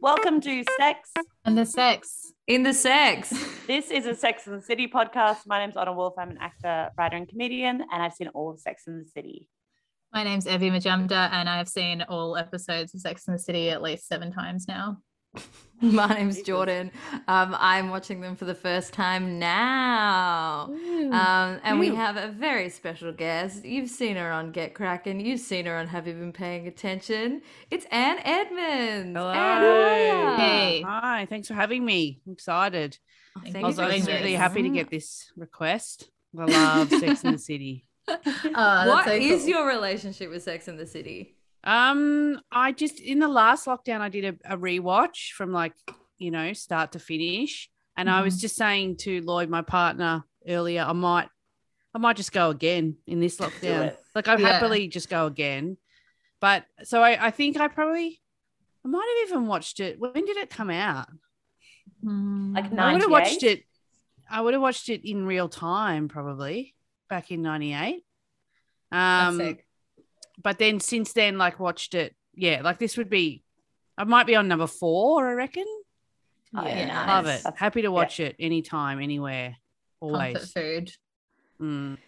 Welcome to Sex. And the sex. In the sex. This is a Sex and the City podcast. My name's Honor Wolf. I'm an actor, writer, and comedian, and I've seen all of Sex and the City. My name's Evie Majumda, and I've seen all episodes of Sex and the City at least seven times now. My name's Jordan. Um, I'm watching them for the first time now. Um, and we Ooh. have a very special guest. You've seen her on Get Kraken. You've seen her on Have You Been Paying Attention? It's Anne Edmonds. Anne, Hello. how are ya? Hey. Hi, thanks for having me. I'm excited. Oh, Thank I you was for doing really this. happy to Mm-hmm. get this request. I love Sex in the City. Oh, Uh, that's What so is cool. your relationship with Sex in the City? Um, I just in the last lockdown I did a, a rewatch from like, you know, start to finish. And I was just saying to Lloyd, my partner, earlier, I might I might just go again in this lockdown. it. Like I'd Yeah. happily just go again. But so I, I think I probably I might have even watched it. When did it come out? Mm. Like I would have watched 98? it. I would have watched it in real time, probably back in '98. That's Um, sick. but then since then, like watched it. Yeah, like this would be. I might be on number four. I reckon. Oh, Yeah. nice. Love it. That's- Happy to watch it anytime, anywhere, Comfort always. food. Mm.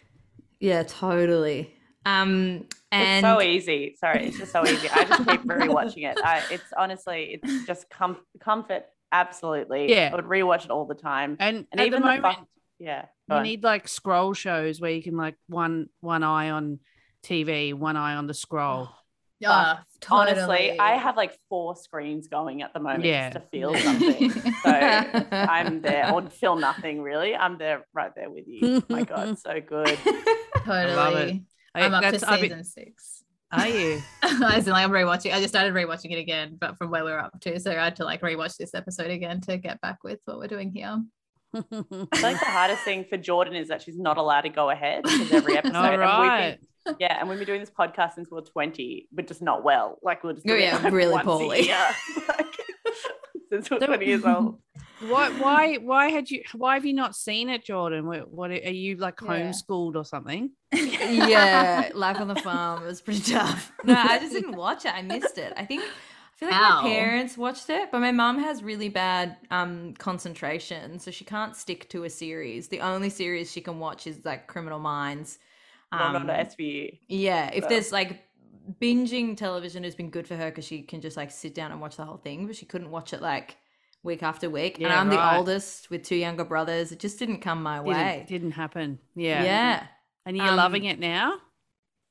Yeah, totally. Um, and it's so easy. Sorry, it's just so easy. I just keep rewatching it. I, it's honestly, it's just com- comfort. Absolutely. Yeah. I would rewatch it all the time. And, And at even the moment, fuck- yeah. go you on. need like scroll shows where you can like one one eye on TV, one eye on the scroll. Yeah, Honestly, Ah, totally. I have like four screens going at the moment Yeah. just to feel something. so I'm there, or feel nothing really. I'm there, right there with you. Oh my God, so good. totally. love it. I- I'm up to I've season been- six. Are you? As in, like, I'm rewatching. I just started rewatching it again, but from where we're up to, so I had to like rewatch this episode again to get back with what we're doing here. I feel like the hardest thing for Jordan is that she's not allowed to go ahead because every episode. All right. and we've been, yeah, and we've been doing this podcast since we were 20, but just not well. Like we're just Oh, doing it, yeah, like, really once a poorly. year. Like, since we're So- 20 years old. Why? Why? Why had you? Why have you not seen it, Jordan? What? what are you like Yeah. homeschooled or something? yeah, life on the farm was pretty tough. No, I just didn't watch it. I missed it. I think I feel like Ow. my parents watched it, but my mum has really bad um concentration, so she can't stick to a series. The only series she can watch is like Criminal Minds. Not Um, on the SVU. yeah, if so. there's like binging television has been good for her because she can just like sit down and watch the whole thing, but she couldn't watch it like week after week. and Yeah, I'm right. the oldest with two younger brothers. It just didn't come my way. Didn't, didn't happen. Yeah. yeah. And you're Um, loving it now.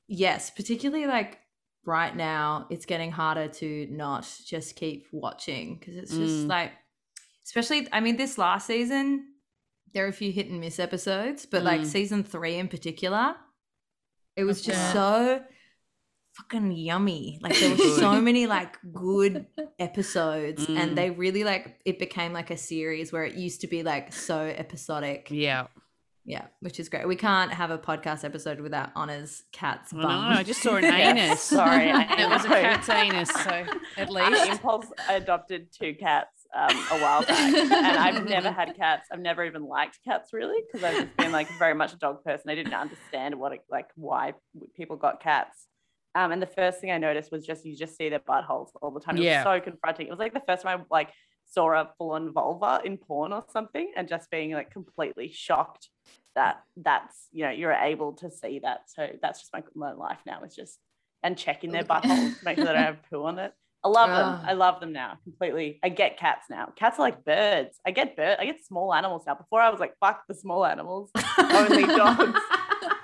Yes, particularly like right now, it's getting harder to not just keep watching because it's just Mm. like, especially, I mean, this last season, there are a few hit and miss episodes, but like Mm. season three in particular, it was just Okay. so fucking yummy. Like, there were Good. so many like good episodes, Mm. and they really like it became like a series where it used to be like so episodic. Yeah. Yeah, which is great. We can't have a podcast episode without Honors Cat's I bum. don't know, I just saw an Yes, anus. Sorry. I And it was a know. cat's anus. So I at least. Uh, impulse adopted two cats um, a while back, and I've never had cats. I've never even liked cats really because I've just been like very much a dog person. I didn't understand what it, like why people got cats. Um, and the first thing I noticed was just you just see their buttholes all the time. It Yeah. was so confronting. It was like the first time I like saw a full on vulva in porn or something, and just being like completely shocked that that's you know you're able to see that. So that's just my, my life now is just and checking their Look at- buttholes, to make sure they don't have poo on it. I love them. Ah. I love them now completely. I get cats now. Cats are like birds. I get bird. I get small animals now. Before I was like, fuck the small animals. Only dogs.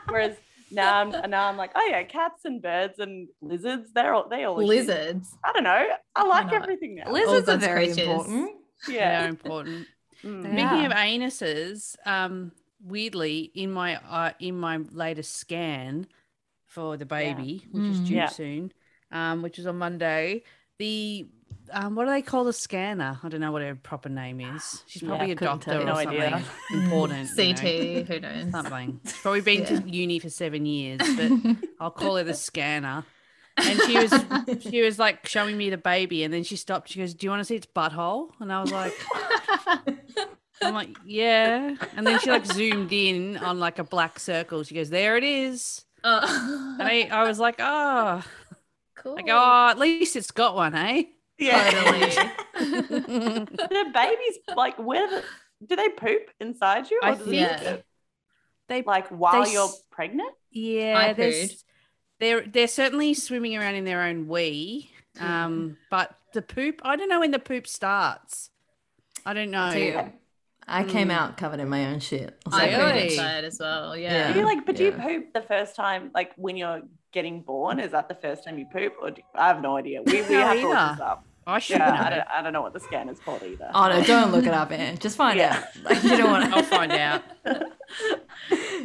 Whereas now I'm now I'm like, oh yeah, cats and birds and lizards. They're all they all are cute. Lizards. I don't know. I like not? everything now. Lizards are All those very creatures. important. Yeah. Yeah. important. Mm. Yeah. Speaking of anuses, um, weirdly, in my uh, in my latest scan for the Yeah. baby, which is Mm. due Yeah. soon, um, which is on Monday, the um, what do they call the scanner? I don't know what her proper name is. She's Yeah, probably a couldn't doctor tell or you. No something idea. important. you know, CT. Who knows? something. She's probably been Yeah. to uni for seven years, but I'll call her the scanner. And she was she was like showing me the baby, and then she stopped. She goes, "Do you want to see its butthole?" And I was like. I'm like, yeah. And then she like zoomed in on like a black circle. She goes, there it is. Oh. And I, I was like, oh, cool. like, oh, at least it's got one, eh? Totally. I the babies like where do, do they poop inside you? Or do think they- Yeah. they Like while They you're s- pregnant? Yeah, they're, pooed. s- they're they're certainly swimming around in their own wee. Um, but the poop, I don't know when the poop starts. I don't know. Too. I came Oh, Mm. out covered in my own shit. I was I like, got Really? excited as well. Do Yeah. you like, but do Yeah. you poop the first time, like when you're getting born? Is that the first time you poop? Or do, I have no idea. We, we No have to look idea. this up. I should Yeah, I know. don't, I don't know what the scan is called either. Oh no, don't look it up, Anne. Just find Yeah. out. Like, you don't want I'll find out.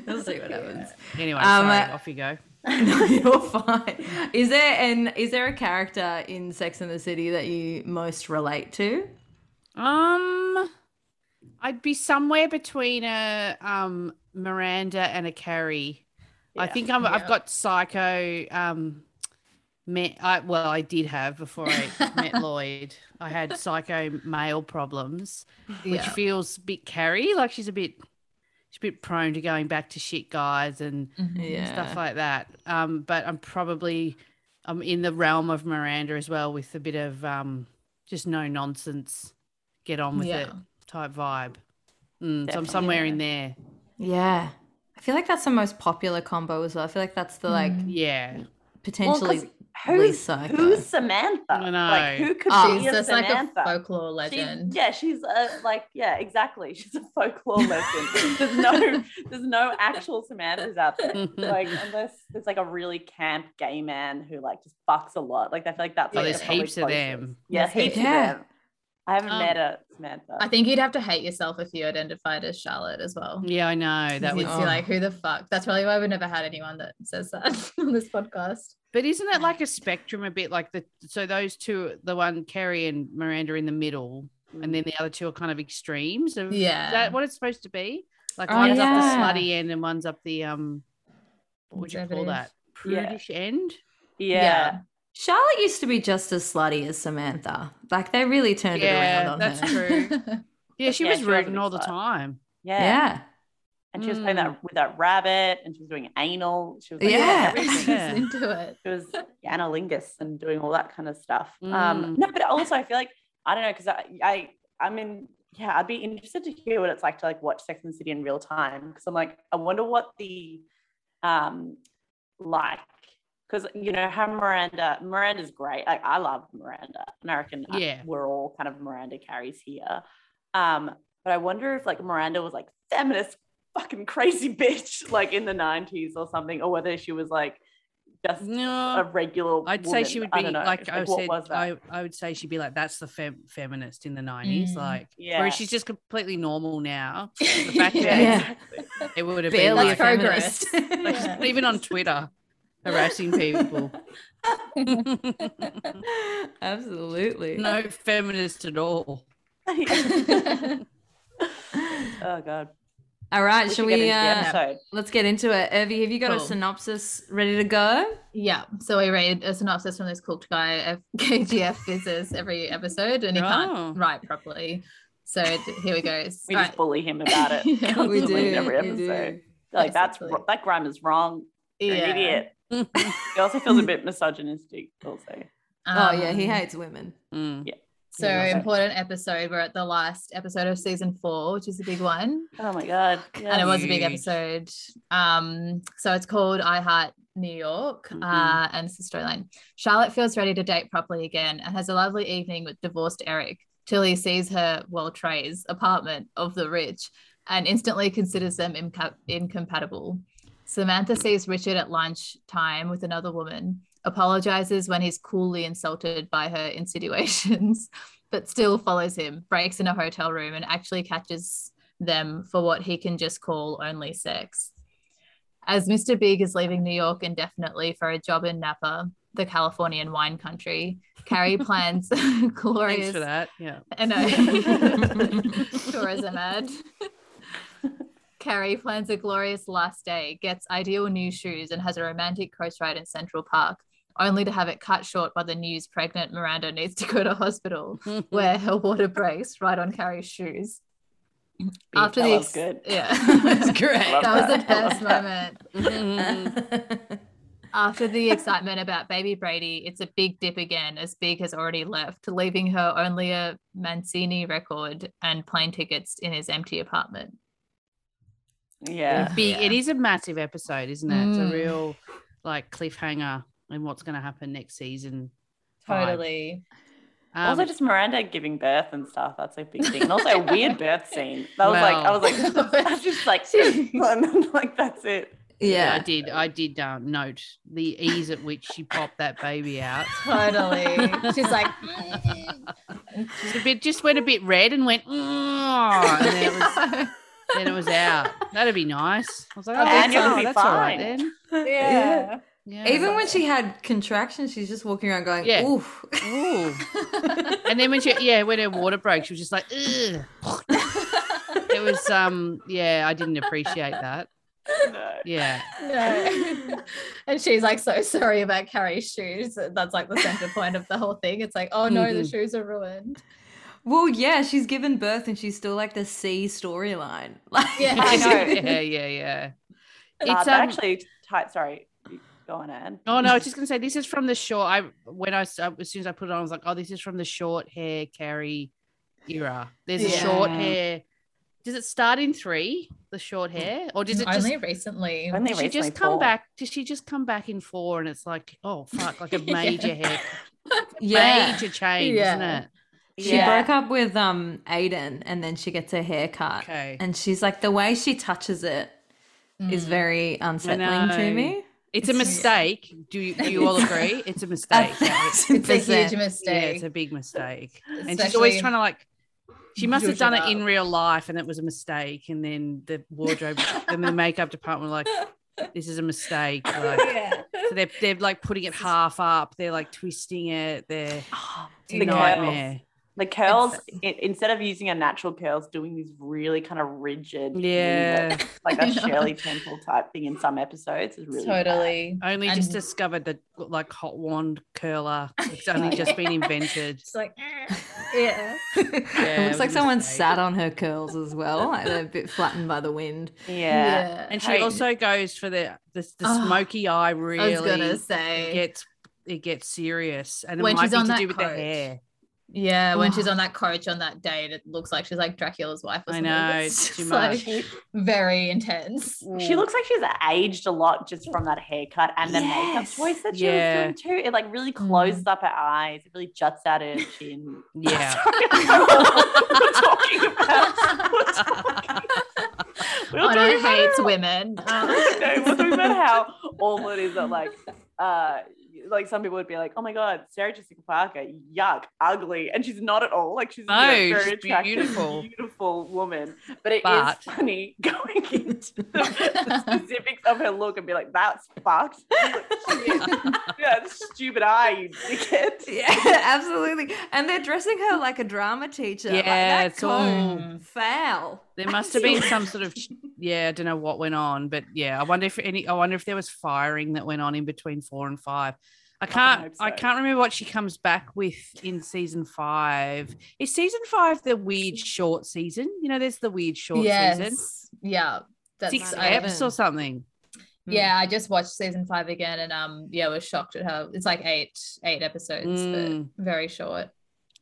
We'll see what happens. Anyway, Um, sorry, uh, off you go. No, you're fine. Is there an is there a character in Sex and the City that you most relate to? Um, I'd be somewhere between a um Miranda and a Carrie. I Yeah. think I'm, Yeah. I've got psycho. Um, met. I, well, I did have before I met Lloyd. I had psycho male problems, which Yeah. feels a bit Carrie. Like she's a bit, she's a bit prone to going back to shit guys and Mhm. Yeah. stuff like Mm, that. Um, but I'm probably I'm in the realm of Miranda as well with a bit of um, just no nonsense, get on with Yeah. it type vibe. Mm, so I'm somewhere in there. Yeah. I feel like that's the most popular combo as well. I feel like that's Hmm. the like Mm. Yeah, potentially 'cause Who's, Lisa, I who's Samantha? I Like know. who could Oh. be She's a just like a Samantha? folklore She's- legend. yeah, she's a, like, yeah, exactly. She's a folklore legend. There's no, there's no actual Samantha's out there. Like, unless there's like a really camp gay man who like just fucks a lot. Like, I feel like that's Oh, like there's the probably heaps of closest. them. Yeah, There's heaps heaps. Yeah. of them. I haven't Um, met a Samantha. I think you'd have to hate yourself if you identified as Charlotte as well. yeah, I know that That would was. be Oh. like, who the fuck? That's probably why we've never had anyone that says that on this podcast. But isn't it like a spectrum a bit like the so those two, the one Carrie and Miranda in the middle, and then the other two are kind of extremes of Yeah. Is that what it's supposed to be? Like Oh, one's yeah. up the slutty end and one's up the um what would you call Conservative. that? Yeah. Prudish end. yeah. Charlotte used to be just as slutty as Samantha. Like they really turned it Yeah, around on that's her. true. Yeah, she Yeah, was she was a rooting big all the slut. time. yeah, Yeah. And she was playing that with that rabbit, and she was doing anal. She was like, Yeah. everything. Yeah. She's into it. It was analingus and doing all that kind of stuff. Um, Mm. no, but also I feel like I don't know because I, I I mean yeah I'd be interested to hear what it's like to like watch Sex and the City in real time because I'm like I wonder what the um like because you know how Miranda Miranda's great like I love Miranda and I reckon uh, Yeah. we're all kind of Miranda carries here um but I wonder if like Miranda was like feminist fucking crazy bitch like in the 90s or something or whether she was like just a No, regular Uh, I'd say woman. she would I be don't know. like I what said. was that? I, I would say she'd be like that's the fem- feminist in the nineties. Mm. Like, yeah. whereas she's just completely normal now. The fact that- Yeah. It would have been Barely like, That's progress. feminist. like, she's not even on Twitter harassing people. Absolutely. no feminist at all. oh god. All right, shall should get we into the uh, episode. Let's get into it. Evie, have you got a Cool. synopsis ready to go? yeah. So we read a synopsis from this cooked guy of KGF quizzes every episode, and he Oh. can't write properly. So d- here we go. We All just bully him about it. Yeah, we constantly do, in every we episode. do. They're Like that's Absolutely. that grime is wrong. You're an idiot. It also feels a bit misogynistic. Also, Oh yeah, he Um, hates women. Mm. So Yeah, right. important episode. We're at the last episode of season four, which is a big one, oh my god. and it was a big Huge. episode. Um, so it's called I Heart New York, uh, Mhm. and it's the storyline. Charlotte feels ready to date properly again and has a lovely evening with divorced Eric till he sees her well trays apartment of the rich and instantly considers them inca- incompatible. Samantha sees Richard at lunch time with another woman, apologizes when he's coolly insulted by her insinuations, but still follows him, breaks in a hotel room, and actually catches them for what he can just call only sex. As Mr. Big is leaving New York indefinitely for a job in Napa, the Californian wine country, Carrie plans Thanks glorious for that. Yeah. I know. Tourism ad. Carrie plans a glorious last day, gets ideal new shoes, and has a romantic coach ride in Central Park, only to have it cut short by the news pregnant Miranda needs to go to hospital, where her water breaks right on Carrie's shoes. After That the was ex- good. yeah, That's great. that was the Love that. best moment. Mhm. After the excitement about baby Brady, it's a big dip again as Big has already left, leaving her only a Mancini record and plane tickets in his empty apartment. Yeah. Big. Yeah. It is a massive episode, isn't it? It's Mm. a real like cliffhanger and what's going to happen next season. vibe. Totally. Um, also, just Miranda giving birth and stuff. That's a big thing. And also a weird birth scene. That was like, I Well. was like, I was just like, and I'm like, that's it. yeah, I yeah. did. I did um, note the ease at which she popped that baby out. Totally. She's like, "Mm, Just a bit, just went a bit red and went, "Mm," and then it was, then it was out. That'd be nice. I was like, oh, And that's, you'll oh, be that's all right fine. then. yeah. Yeah. Even when she had contractions, she's just walking around going, Yeah. oof. Ooh. and then when she, yeah, when her water broke, she was just like, Ugh. it was, um, yeah, I didn't appreciate that. No. Yeah, No. and she's like so sorry about Carrie's shoes. That's like the center point of the whole thing. It's like, oh no, the Mhm. shoes are ruined. Well, yeah, she's given birth and she's still like the C storyline. Like, Yeah. I know. yeah, yeah, yeah. It's Uh, but um, actually tight. Sorry, You go on, Anne. Oh no, I was just gonna say this is from the short. I when I s- uh, as soon as I put it on, I was like, oh, this is from the short hair Carrie era. There's a short Yeah. hair. Does it start in three? The short hair, or does it just? Only recently. Only Did she recently just come four. back? Did she just come back in four? And it's like, oh fuck, like a Yeah. major hair, yeah. major change, Yeah. isn't it? She Yeah. broke up with um Aiden and then she gets her hair cut. Okay. Uh, And she's like, the way she touches it Mm. is very unsettling know. to me. It's a It's- mistake. Do you, do you all agree? It's a mistake. It's a huge percent. Yeah, mistake. it's a big mistake. and she's Especially- always trying to like she must have Zhuzh done it it in real life and it was a mistake and then the wardrobe and the makeup department were like this is a mistake like, yeah. so they're, they're like putting it half up they're like twisting it they're it's a The nightmare The curls, It's- i- instead of using a natural curls, doing these really kind of rigid, yeah like a Yeah. Shirley Temple type thing in some episodes is really bad. Totally. only just And- discovered that like hot wand curler it's only just been invented It's like, yeah. it it was looks like a someone mistake. sat on her curls as well. Like they're a bit flattened by the wind. Yeah. and she Hey. also goes for the the, the Oh, smoky eye I was gonna really it say. gets it gets serious and it When might she's be on to that do with the coach. hair Yeah, when she's Oh. on that coach on that date, it looks like she's like Dracula's wife. Or I something. know, it's too just, much. like, very intense. She looks like she's aged a lot just from that haircut and the makeup Yes. choice that she Yeah. was doing too. It like really Mm. closes up her eyes. It really juts out her chin. Yeah. Sorry, I don't know what we're talking about. We're talking- we were Anna talking about hates her- women. Uh, no, we're talking about how awful it is that like uh like some people would be like, oh my god, Sarah Jessica Parker, yuck, ugly, and she's not at all. Like she's you know, No, very she's attractive, beautiful. beautiful woman. But it is But- funny going into the, the specifics of her look and be like, that's fucked. Like, shit. yeah, it's stupid eye, you dickhead. Yeah, absolutely. And they're dressing her like a drama teacher. Like, Yeah, that it's all- coat, foul. There must have been some sort of yeah, I don't know what went on, but yeah, I wonder if any I wonder if there was firing that went on in between 4 and 5. I can't hope I so. can't remember what she comes back with in season 5. Is season 5 the weird short season? You know there's the weird short season. yes. Yeah. That's 6 I- episodes. eps or something. Yeah, I just watched season five again and um yeah, was shocked at how it's like eight eight episodes, Mm. but very short.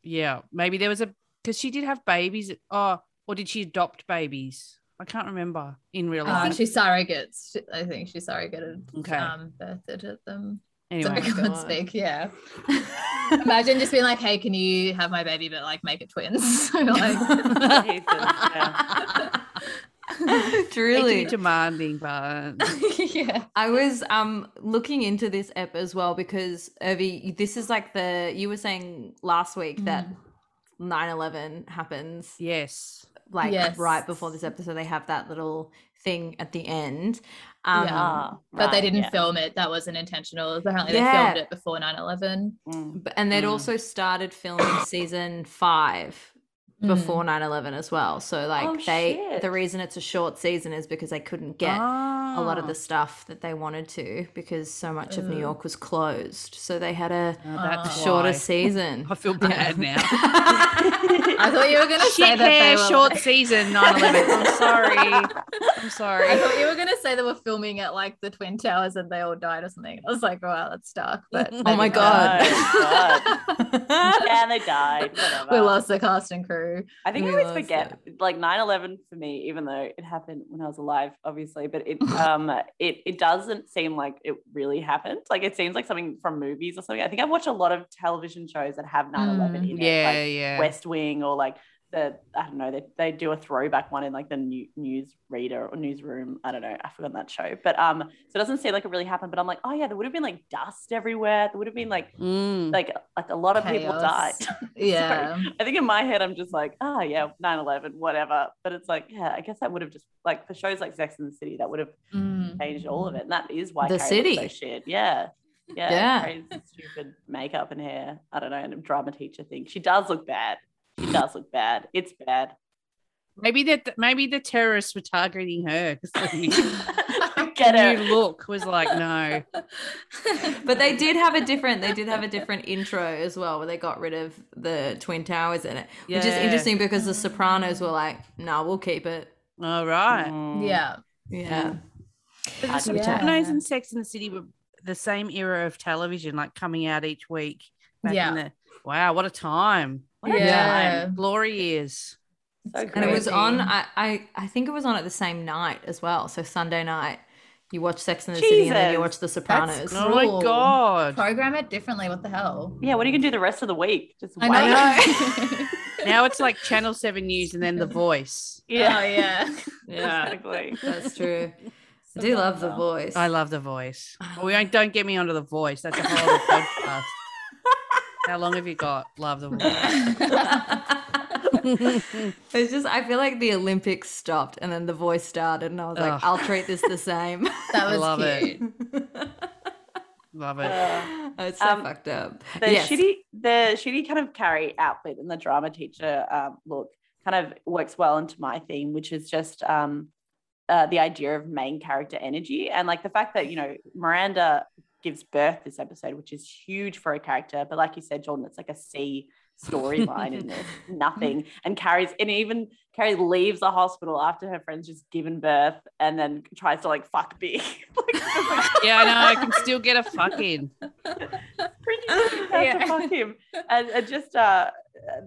Yeah, maybe there was a cuz she did have babies oh, or did she adopt babies? I can't remember in real Uh, life. she surrogates. She- I think she surrogated Okay. um birthed at them. So um, I anyway, sorry. can't God. speak. Yeah. Imagine just being like, hey, can you have my baby but like make it twins? So, like, Jesus, yeah. Truly. really demanding but yeah. I was um looking into this app as well because Irvi, this is like the you were saying last week that 9-11 happens yes. like Yes. right before this episode. They have that little thing at the end. Um Yeah. Ah, But they right, didn't yeah. film it. That wasn't intentional. Apparently Yeah. they filmed it before 9-11. Mm. b- and they'd Mm. also started filming season five before 9-11 as well so like Oh, they shit. the reason it's a short season is because they couldn't get a lot of Ah. the stuff that they wanted to because so much of new Oh. york was closed so they had a Oh, that's Ah. shorter why. season I feel bad now. Hmm. I thought you were gonna say that Shit they hair, were. short season, 9-11. I'm sorry. I'm I sorry. thought you were gonna say they were filming at like the twin towers and they all died or something. I was like, oh, wow, that's dark. But oh maybe my not. god, Oh yeah, they died. Whatever. we lost the cast and crew. I think I We always lost forget like 9-11 for me, even though it happened when I was alive, obviously, but it um it it doesn't seem like it really happened. Like it seems like something from movies or something. I think I watch a lot of television shows that have 9-11 in it. Mm, Yeah, like yeah. West Wing or like the I don't know, they, they do a throwback one in like the new, news reader or newsroom. I don't know. I've forgotten that show. But um so it doesn't seem like it really happened, but I'm like, oh yeah, there would have been like dust everywhere. There would have been like Mm. like like a lot of people died. Chaos. Yeah. I think in my head, I'm just like, ah, yeah, 9 11, whatever. But it's like, yeah, I guess that would have just, like, for shows like Sex and the City, that would have Mm. changed all of it. And that is why The Carrie was so city. shit. Yeah. Yeah. Yeah. Carrie's stupid makeup and hair. I don't know. And drama teacher thing. She does look bad. She does look bad. It's bad. Maybe that maybe the terrorists were targeting her because the new, Get the it. new look was like no. but they did have a different they did have a different intro as well where they got rid of the twin towers in it which is Yeah. interesting because the sopranos were like no nah, we'll keep it All right. Mm. yeah. yeah But the Hard to tell. Sopranos Yeah. and Sex in the City were the same era of television, like coming out each week. Back Yeah. In the, wow, what a time! What a Yeah. time. glory years. So and it was Crazy. on I, I i think it was on at the same night as well so sunday night you watch sex and the city and then you Jesus. watch the sopranos cool. Oh my Cruel. god! Program it differently. What the hell? Yeah. What are you going to do the rest of the week? Just wait. I know. Wow. Now it's like Channel Seven News and then The Voice. Yeah. Oh yeah. Exactly. that's true i do love the voice I love The Voice. Well, we don't, don't get me onto The Voice. That's a whole other podcast. How long have you got? Love The Voice. It's just I feel like the Olympics stopped and then the voice started and I was like, Ugh. I'll treat this the same. That was Love it. cute. Love it. Uh, it's so Um, fucked up. the Yes. shitty the shitty kind of carry outfit and the drama teacher um, look kind of works well into my theme which is just um, uh, the idea of main character energy and like the fact that you know miranda gives birth this episode which is huge for a character but like you said jordan it's like a c storyline in this nothing and carries and even carrie leaves the hospital after her friend's just given birth and then tries to like fuck big like, Yeah, I know. I can still get a fucking. pretty much have Yeah. to fuck him. And, and just, uh,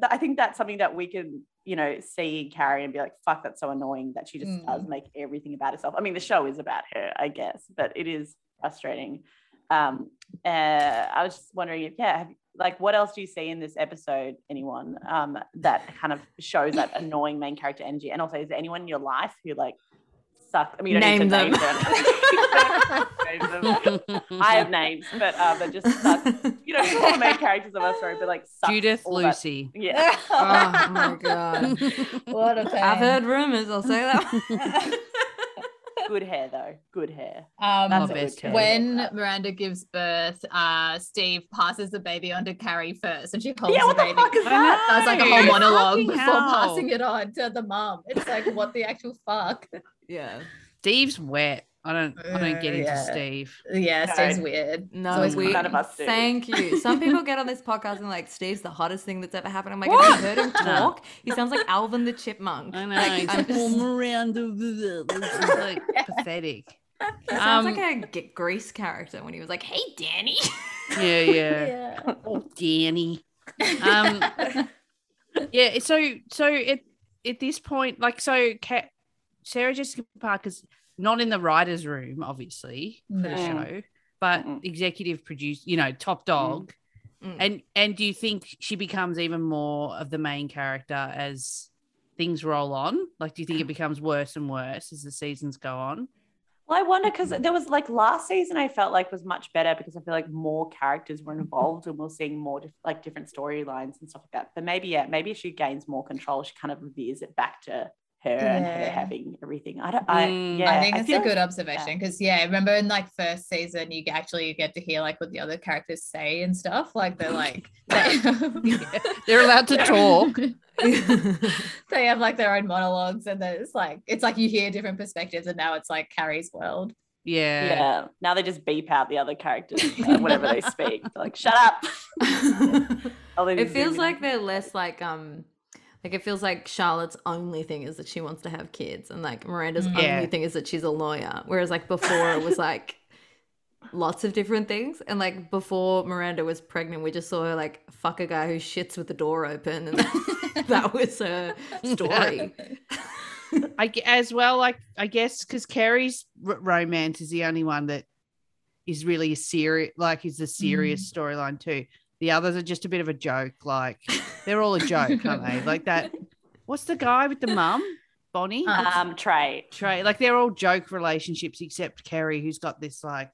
th- I think that's something that we can, you know, see Carrie and be like, fuck, that's so annoying that she just Mm. does make everything about herself. I mean, the show is about her, I guess, but it is frustrating. Um, uh, I was just wondering if, yeah, have, like, what else do you see in this episode, anyone, um, that kind of shows that annoying main character energy? And also, is there anyone in your life who, like, sucks? I mean, you don't need to Name name them. Name them. I have names, but uh, that just sucks. You know, all the main characters of our story, but like sucks Judith all that- Lucy. Yeah, Ah. oh my god. what a pain. I've heard rumors, I'll say that. good hair though. Good hair. Um, That's a My best good hair. hair. when Miranda gives birth, uh, Steve passes the baby on to Carrie first, and she holds yeah, what the the baby. fuck is I that? know. that was like a whole Fucking monologue before hell. passing it on to the mum. It's like, what the actual fuck? yeah. Steve's wet. I don't. I don't get into Yeah. Steve. Yeah, No. Steve's weird. It's No, always we, None of us do. thank you. Some people get on this podcast and like, Steve's the hottest thing that's ever happened. I'm like, What? have you heard him talk? He sounds like Alvin the Chipmunk. I know. Like, It's I'm like, just- "Oh, Miranda. It's just, like pathetic. He sounds Um, like a G- Grease character when he was like, "Hey, Danny." Yeah, yeah. Yeah. Oh, Danny. Um, yeah so so at at this point like so Ca sarah jessica parker's not in the writers room obviously for the No. show but Mm-mm. executive produce you know top dog Mm. and and do you think she becomes even more of the main character as things roll on like do you think it becomes worse and worse as the seasons go on Well, I wonder because there was like last season, I felt like was much better because I feel like more characters were involved and we're seeing more dif- like different storylines and stuff like that. But maybe yeah, maybe if she gains more control, she kind of veers it back to her and her Yeah. having everything. I don't. I Mm. I yeah. I think it's feel a like- good observation because yeah. remember in like first season you actually get to hear like what the other characters say and stuff. Like they're like they, They're allowed to talk. they have like their own monologues and then it's like it's like you hear different perspectives and now it's like Carrie's world. Yeah. Yeah. Now they just beep out the other characters uh, whenever they speak. They're like, shut up. I'll leave you it to feels do your like they're less like um like it feels like Charlotte's only thing is that she wants to have kids and like Miranda's Mm. Yeah. only thing is that she's a lawyer. Whereas like before it was like lots of different things. And like before Miranda was pregnant, we just saw her like fuck a guy who shits with the door open and that was her story. I g- as well, like I guess because Carrie's r- romance is the only one that is really a serious, like is a serious Mm. storyline too. The others are just a bit of a joke. Like they're all a joke, aren't they? Like that. What's the guy with the mum, Bonnie? Uh, thing. Um, Trey. Trey. Like they're all joke relationships except Carrie, who's got this like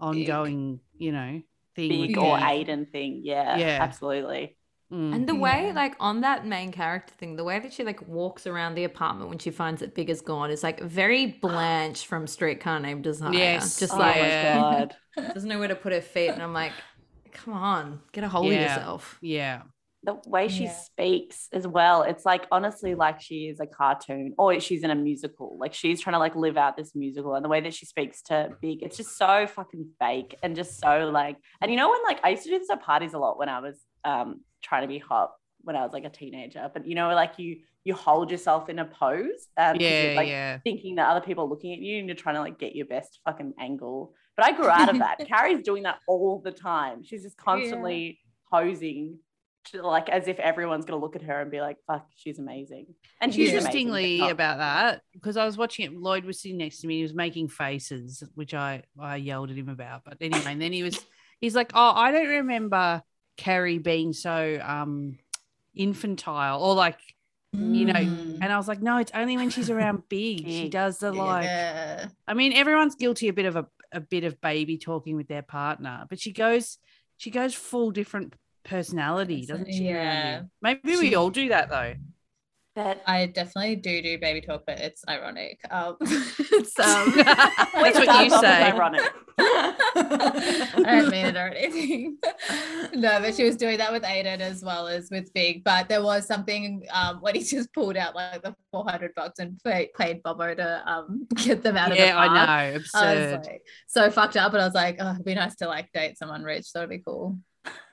ongoing, you know, thing. Big with or Keith. Aiden thing. Yeah. Yeah. Absolutely. Mm. And the way, Yeah. like, on that main character thing, the way that she like walks around the apartment when she finds that Big is gone is like very Blanche from Streetcar Named Desire. Yes. just oh like Yeah. my god. doesn't know where to put her feet, and I'm like, come on, get a hold Yeah. of yourself. yeah, The way she Yeah. speaks as well. It's like honestly, like she is a cartoon or she's in a musical. Like she's trying to like live out this musical. And the way that she speaks to Big, it's just so fucking fake and just so like and you know when like I used to do this at parties a lot when I was um trying to be hot when I was like a teenager. But you know, like you you hold yourself in a pose. Um, 'cause you're, yeah, like, yeah. thinking that other people are looking at you and you're trying to like get your best fucking angle. But I grew out of that. Carrie's doing that all the time. She's just constantly posing to like as if everyone's gonna look at her and be like, fuck, she's amazing. And she's amazing, but interestingly not- about that because I was watching it. Lloyd was sitting next to me. He was making faces, which I I yelled at him about. But anyway, and then he was he's like, "Oh, I don't remember Carrie being so um infantile or like." You know, Mm. And I was like, "No, it's only when she's around big she Big, does the yeah. like." yeah. I mean, everyone's guilty a bit of a a bit of baby talking with their partner, but she goes she goes full different personality, doesn't she? around Yeah. you? Maybe we She- all do that though. But I definitely do do baby talk, but it's ironic. Um, it's, um, That's it what you starts off as say. Ironic. I don't mean it or anything. no, but she was doing that with Aiden as well as with Big. But there was something um, when he just pulled out like the 400 bucks and pay, paid Bobo to um, get them out of the Yeah, park. I know. I Absurd. was like, so fucked up, but I was like, oh, it'd be nice to like date someone rich. That'd be cool.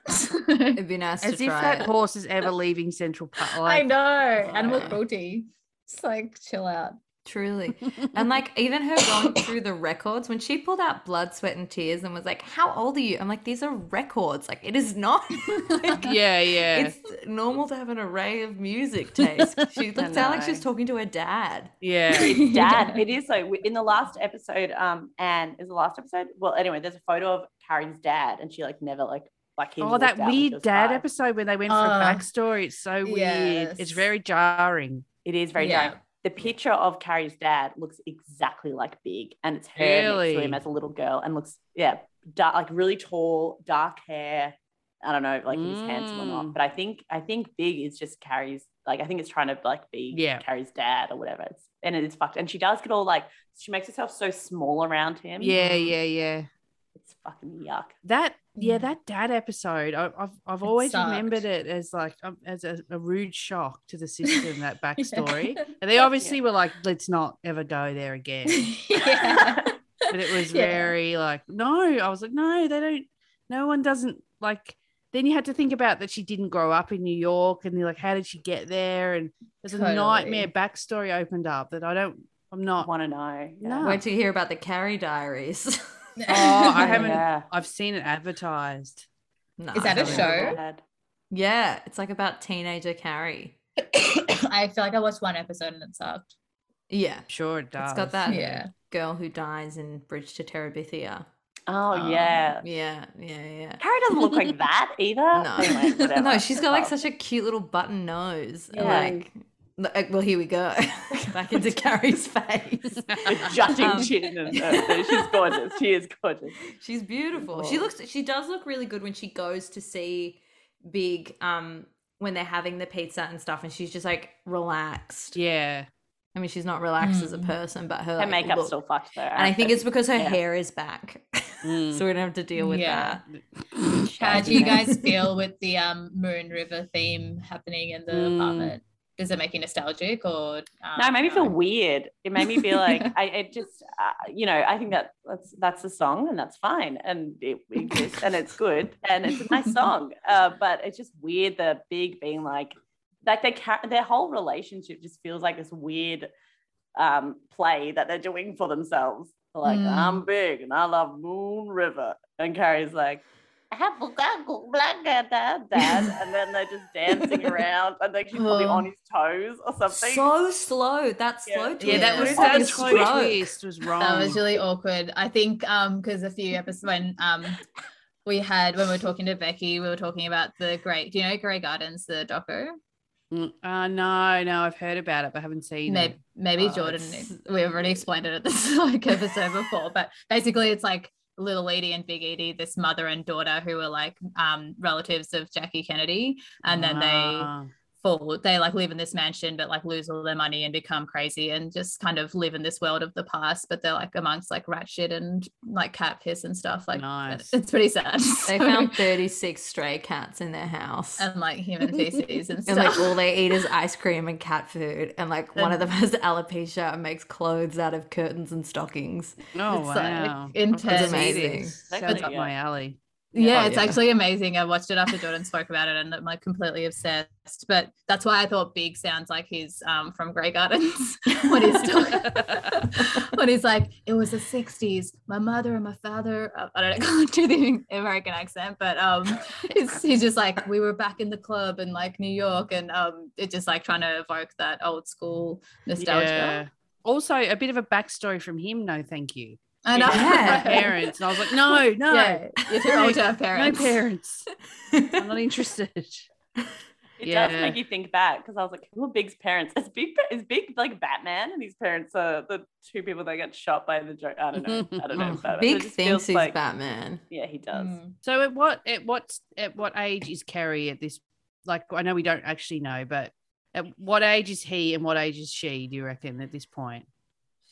It'd be nice As to if try. that it. horse is ever leaving Central Park. I know animal Yeah. cruelty. It's like chill out. Truly. And like even her going through the records when she pulled out blood, sweat, and tears and was like, How old are you? I'm like, these are records. Like it is not like, yeah, yeah, it's normal to have an array of music taste. She I looked out like she was know. talking to her dad. yeah. Dad, it is so in the last episode, um, and is the last episode? Well, anyway, there's a photo of Carrie's dad, and she like never like like him. Oh, that weird dad episode where they went for Uh, a backstory. It's so weird. yes. It's very jarring. It is very dark. Yeah. the picture of Carrie's dad looks exactly like Big, and it's her next to Really? him as a little girl, and looks yeah, dark, like really tall, dark hair. I don't know, like he's handsome or not, Mm. but I think I think Big is just Carrie's like I think it's trying to like be Yeah. Carrie's dad or whatever. It's and it is fucked, and she does get all like she makes herself so small around him. Yeah, yeah, yeah. Mm. it's fucking yuck. That yeah, Yeah. that dad episode. I, I've I've always sucked. remembered it as like um, as a, a rude shock to the system. That backstory. And they obviously were like, let's not ever go there again. yeah. but it was Yeah. very like no i was like no they don't no one doesn't like then you had to think about that she didn't grow up in new york and you're like how did she get there and there's a nightmare backstory opened up that i don't i'm not Want to know? No. Wait till you hear about the Carrie diaries. Oh, I haven't- Yeah. i've seen it advertised No, Is that I a haven't. show? Bad. Yeah. It's like about teenager Carrie. I feel like I watched one episode and it sucked. Yeah. sure it does It's got that Yeah. girl who dies in Bridge to Terabithia. Oh Um, yeah, Yeah, yeah, yeah. Carrie doesn't look like that either. No. Anyway, whatever. No, she's got like Well. such a cute little button nose. and, Yeah. Like, like, well, here we go. Back into Carrie's face. a jutting Um, chin and uh, she's gorgeous. She is gorgeous. She's beautiful. She Oh. looks. She does look really good when she goes to see Big. Um, when they're having the pizza and stuff, and she's just like relaxed. yeah I mean, she's not relaxed as a Mm. person, but her, Her like, makeup's look- still fucked though. And I think it's because her Yeah. hair is back, Mm. so we don't have to deal with Yeah. that. How do you guys feel with the um, Moon River theme happening in the Mm. apartment? Does it make you nostalgic or? Um, Hmm. No, it made me feel weird. It made me be like, I it just, uh, you know, I think that that's that's the song and that's fine and it exists and it's good and it's a nice song. Uh, but it's just weird. The big being like, like they ca- their whole relationship just feels like this weird um, play that they're doing for themselves. Like Mm. I'm big and I love Moon River, and Carrie's like. "Apple gaggle, blah, blah, blah, blah," And then they're just dancing around, and like she's probably Oh. on his toes or something. So slow. That Yeah. slow Yeah, twist. that was- on that the was stroke. slow twist was wrong. That was really awkward. I think um because a few episodes when um we had when we were talking to Becky, we were talking about the Grey. Do you know Grey Gardens, the doco? Mm, Uh, no, no, I've heard about it, but I haven't seen Maybe, it. maybe Oh, Jordan. it's- We've already explained it at this like episode before, but basically it's like Little Edie and Big Edie, this mother and daughter who were like um relatives of Jackie Kennedy, and then they Ah. fall they like live in this mansion but like lose all their money and become crazy and just kind of live in this world of the past but they're like amongst like rat shit and like cat piss and stuff like Nice. it's pretty sad So- They found 36 stray cats in their house. and like human feces and and stuff like all they eat is ice cream and cat food. And like one of them has alopecia and makes clothes out of curtains and stockings. Oh, it's, like, wow. I've got to intense. see Amazing. this. That Sounds could- up my alley. yeah Oh, it's yeah. actually amazing i watched it after jordan spoke about it and i'm like completely obsessed but that's why i thought big sounds like he's um from grey gardens when he's still when he's like it was the 60s my mother and my father uh, i don't know, can't do the american accent but um it's, he's just like we were back in the club in like new york and um it's just like trying to evoke that old school nostalgia Yeah. Also, a bit of a backstory from him. No, thank you. i It know was from my Yeah. parents, and I was like, no, no, yeah you're too old to have no parents parents. I'm not interested. It Yeah. does make you think back because I was like, who are Big's parents? Is Big is Big like Batman, and his parents are the two people that get shot by the joke. I don't know. I don't know. but it Oh, Big just thinks feels he's like- Batman. Yeah, he does. Mm. So, at what at what at what age is Carrie at this? Like, I know we don't actually know, but at what age is he and what age is she? Do you reckon at this point?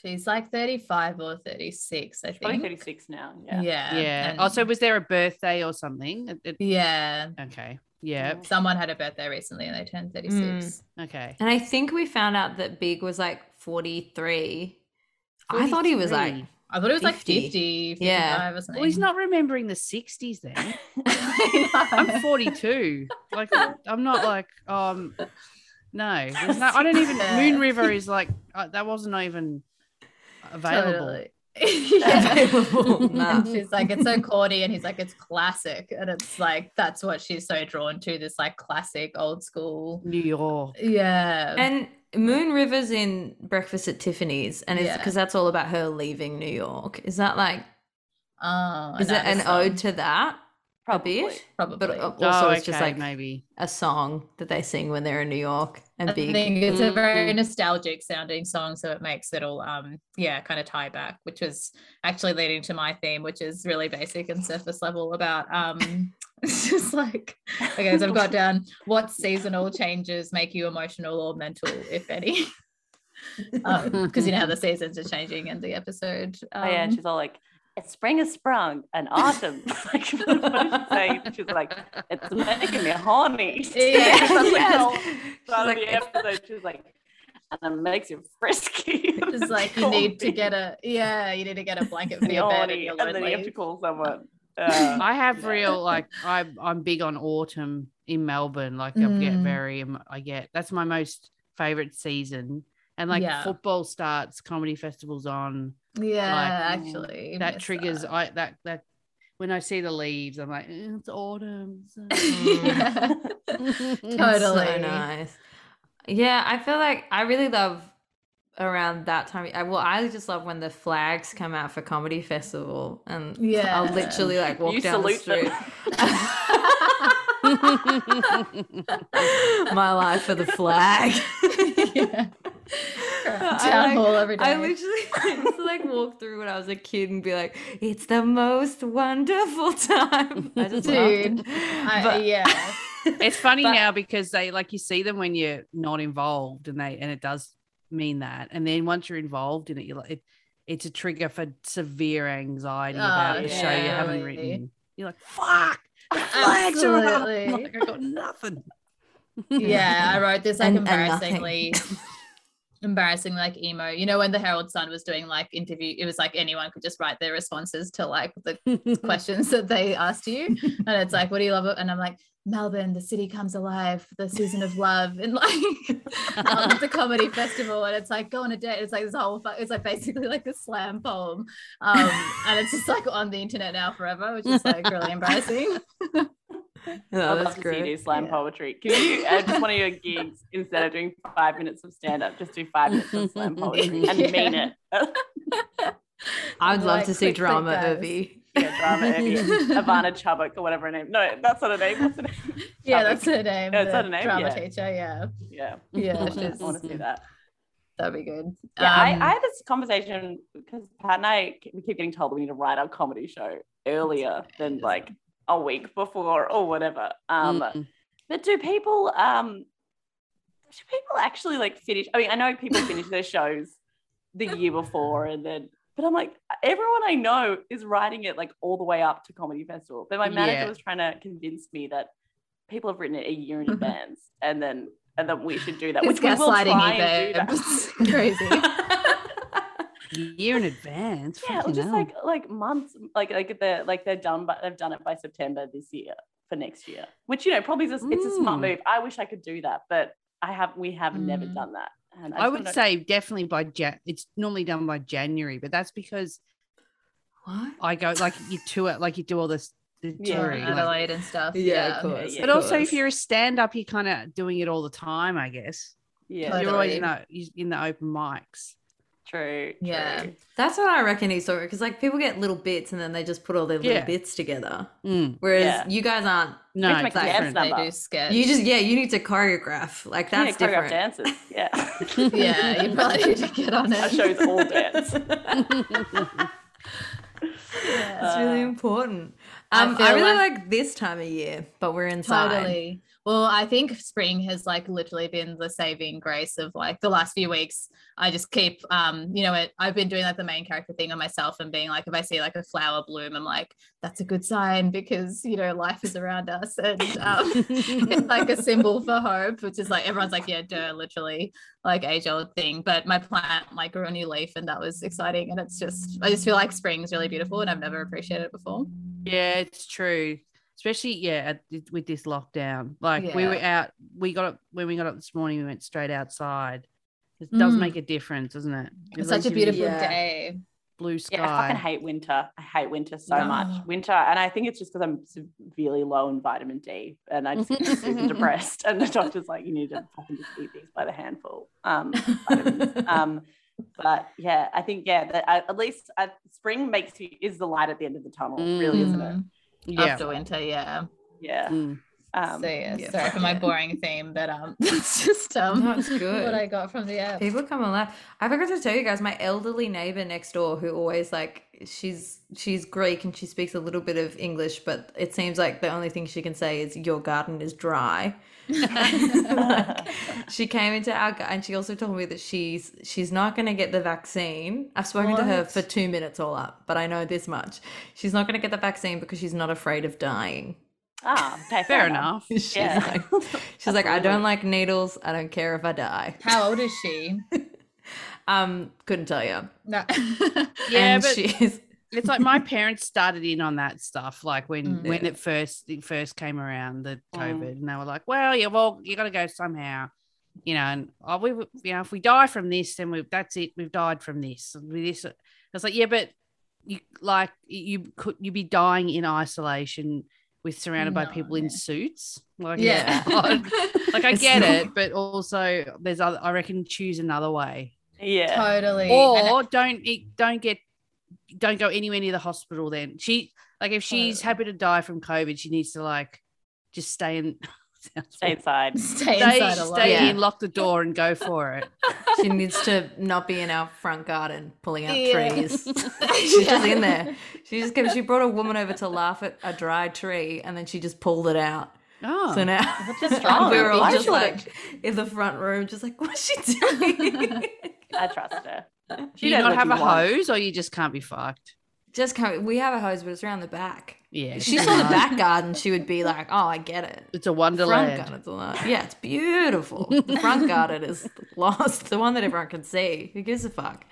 she's like 35 or 36 i Probably think thirty six now. yeah Yeah. Yeah. and- Also, was there a birthday or something? It- it- yeah okay. Yeah. Mm. Mm, someone had a birthday recently and they turned 36 Mm. Okay. And I think we found out that Big was like 43. I thought he was like 43. i thought it was like 50. 50 55 Yeah. or something Well, he's not remembering the 60s then. I know. I'm 42. Like, I'm not like, um, no, there's no, I don't even, Moon River is like, uh, that wasn't even available. Totally. yeah. available. Nah. And she's like, it's so corny. And he's like, it's classic. And it's like, that's what she's so drawn to this like classic old school. New York. Yeah. And Moon River's in Breakfast at Tiffany's, and it's Yeah. because that's all about her leaving New York. Is that like, oh, is it another an song, ode to that? A Probably. bit, Probably. but uh, also oh, it's just okay, like maybe. a song that they sing when they're in New York and I Big. think it's a very Mm. nostalgic sounding song, so it makes it all, um, yeah, kind of tie back, which was actually leading to my theme, which is really basic and surface level about, um, it's just like, okay, so I've got down what seasonal changes make you emotional or mental, if any, because you know how the seasons are changing in the episode. Um, oh yeah, and she's all like, "It's spring has sprung and autumn." like, what did she say? She's like, "It's making me horny." Yeah. That's like the Yes. whole She's start like, of the episode. She's like, "And it makes you frisky." just like you Call need to Big. get a yeah, you need to get a blanket for and your bed and horny, you're and then you have to lonely. call someone. Uh, I have Yeah. real like I'm I'm big on autumn in Melbourne. Like I get Mm. very em- I get that's my most favorite season. And like Yeah. football starts, comedy festivals on. Yeah, mm, actually, that miss triggers that. I that that when I see the leaves, I'm like, "Eh, it's autumn. so-" mm. yeah. It's So Totally. nice. Yeah, I feel like I really love around that time. I, well, I just love when the flags come out for comedy festival, and Yeah. I'll literally like walk you down the salute street. them. My life for the flag. yeah. Town I, like, hall every day. I literally used to like walk through when I was a kid and be like, "It's the most wonderful time." I just loved it. Dude, I- But- yeah. it's funny But- now because they like you see them when you're not involved and they and it does mean that. And then once you're involved in it, you're like, it, it's a trigger for severe anxiety Oh, about the show you yeah, haven't really. written. You're like, fuck, the flags are up. I'm Absolutely. Like, I got nothing. yeah, I wrote this like And- and nothing. embarrassingly, embarrassing like emo. You know when the Herald Sun was doing like interview, it was like anyone could just write their responses to like the questions that they asked you, and it's like, what do you love? And I'm like, Melbourne, the city comes alive, the season of love, and like um, the comedy festival, and it's like go on a date. It's like this whole, fu- it's like basically like a slam poem, um, and it's just like on the internet now forever, which is like really embarrassing. No, I'd love that's to see you do great. slam Yeah. poetry. Can you at just one of your gigs instead of doing five minutes of stand up, just do five minutes of slam poetry and Yeah. mean it? I'd love Like, to see quick, quick drama, guys. Irby. yeah, drama Evie, Ivana Chubbuck or whatever her name. No, that's not her name. What's her name? Yeah, Chubbuck. that's her name. Yeah, it's the her name, Drama yeah. teacher. Yeah, Yeah, I yeah, want to- she's, I want to see that. that'd be good. Yeah, Um, I, I had this conversation because Pat and I we keep getting told we need to write our comedy show earlier than like a week before or whatever. Um, Mm. But do people um do people actually like finish? I mean, I know people finish their shows the year before and then but I'm like, everyone I know is writing it like all the way up to comedy festival. But my manager Yeah. was trying to convince me that people have written it a year in Mhm. advance and then and then we should do that. Which it's we will try and gaslighting you, do babe. that. It's crazy. year in advance. Yeah, it fucking was just hell. like like months, like like they're like they're done, but they've done it by September this year for next year. Which you know probably is a, it's a smart Mm. move. I wish I could do that, but I have we have never Mm. done that. And I just would don't- say definitely by Jan. It's normally done by January, but that's because What? I go like you tour, like you do all this the Yeah, touring. like- Adelaide and stuff. Yeah, Yeah, of course. yeah. of but also, if course. you're a stand-up, you're kind of doing it all the time, I guess. yeah, Totally. You're always in the in the open mics. true, true. Yeah. That's what I reckon he saw it because like people get little bits and then they just put all their little Yeah. bits together. Mm, Whereas Yeah. you guys aren't. No, Makes my it's different. dance they number. do sketch. You just yeah, you need to choreograph. Like Yeah, that's choreographed different. dances. Yeah, yeah, you probably need to get on our it. show's all dance. Yeah, It's really Uh, important. I Um, I, feel really like- like... this time of year, but we're inside. Totally. Well, I think spring has like literally been the saving grace of like the last few weeks. I just keep, um, you know, it, I've been doing like the main character thing on myself and being like, if I see like a flower bloom, I'm like, that's a good sign because you know life is around us and um, it's like a symbol for hope, which is like everyone's like, yeah, duh, literally like age old thing. But my plant like grew a new leaf and that was exciting. And it's just, I just feel like spring's really beautiful and I've never appreciated it before. Yeah, it's true. Especially yeah, at, with this lockdown. Like we Yeah. were out. We got up when we got up this morning. We went straight outside. It does Mm. make a difference, doesn't it? It It's such a leaves you in beautiful Yeah. day. blue Yeah, I fucking sky. hate winter. I hate winter so No. much. Winter, and I think it's just because I'm severely low in vitamin D, and I just get super depressed. And the doctor's like, "You need to fucking just eat these by the handful." Um, vitamins. um, but yeah, I think yeah, that I, at least uh, spring makes you is the light at the end of the tunnel, really, isn't it? Mm. yeah. after winter yeah Yeah. Mm. Um, so yeah, yeah, sorry fuck for my yeah. boring theme but um it's just um No, it's good. what i got from the app People come alive. I forgot to tell you guys, my elderly neighbor next door, who always like she's she's Greek and she speaks a little bit of English, but it seems like the only thing she can say is your garden is dry. Ah, Like, she came into our gar- and she also told me that she's she's not going to get the vaccine. I've spoken to her What? for two minutes all up, but I know this much: she's not going to get the vaccine because she's not afraid of dying. ah, okay, fair, Fair enough. She's Yeah. like, she's like, I Absolutely. don't like needles. I don't care if I die. how old is she Um, couldn't tell you. no Yeah, and but she's it's like my parents started in on that stuff like when Mm. when Yeah. it first it first came around the Mm. covid and they were like well you've all you got to go somehow you know and oh, we w- you know if we die from this then we that's it we've died from this with this I was like yeah but you like you could you be dying in isolation with surrounded by No, people yeah. in suits like yeah it's odd. like I It's get not- it but also there's other I reckon choose another way Yeah. totally And- or don't eat- don't get don't go anywhere near the hospital then she like if she's Totally. happy to die from covid she needs to like just stay in sounds Stay weird. inside. stay stay, inside a lot stay Yeah. in lock the door and go for it she needs to not be in our front garden pulling out Yeah. trees. She's just in there. She just kept, she brought a woman over to laugh at a dry tree and then she just pulled it out. Oh, So now What's just wrong? we were all Why just should I- like in the front room, just like, what's she doing? I trust her. do you knows not what have you a want. hose, or you just can't be fucked? just can't. We have a hose, but it's around the back. Yeah, If she saw the back garden, she would be like, oh, I get it. It's a The front wonderland. garden's a lot. Yeah, it's beautiful. The front garden is lost. The one that everyone can see. Who gives a fuck?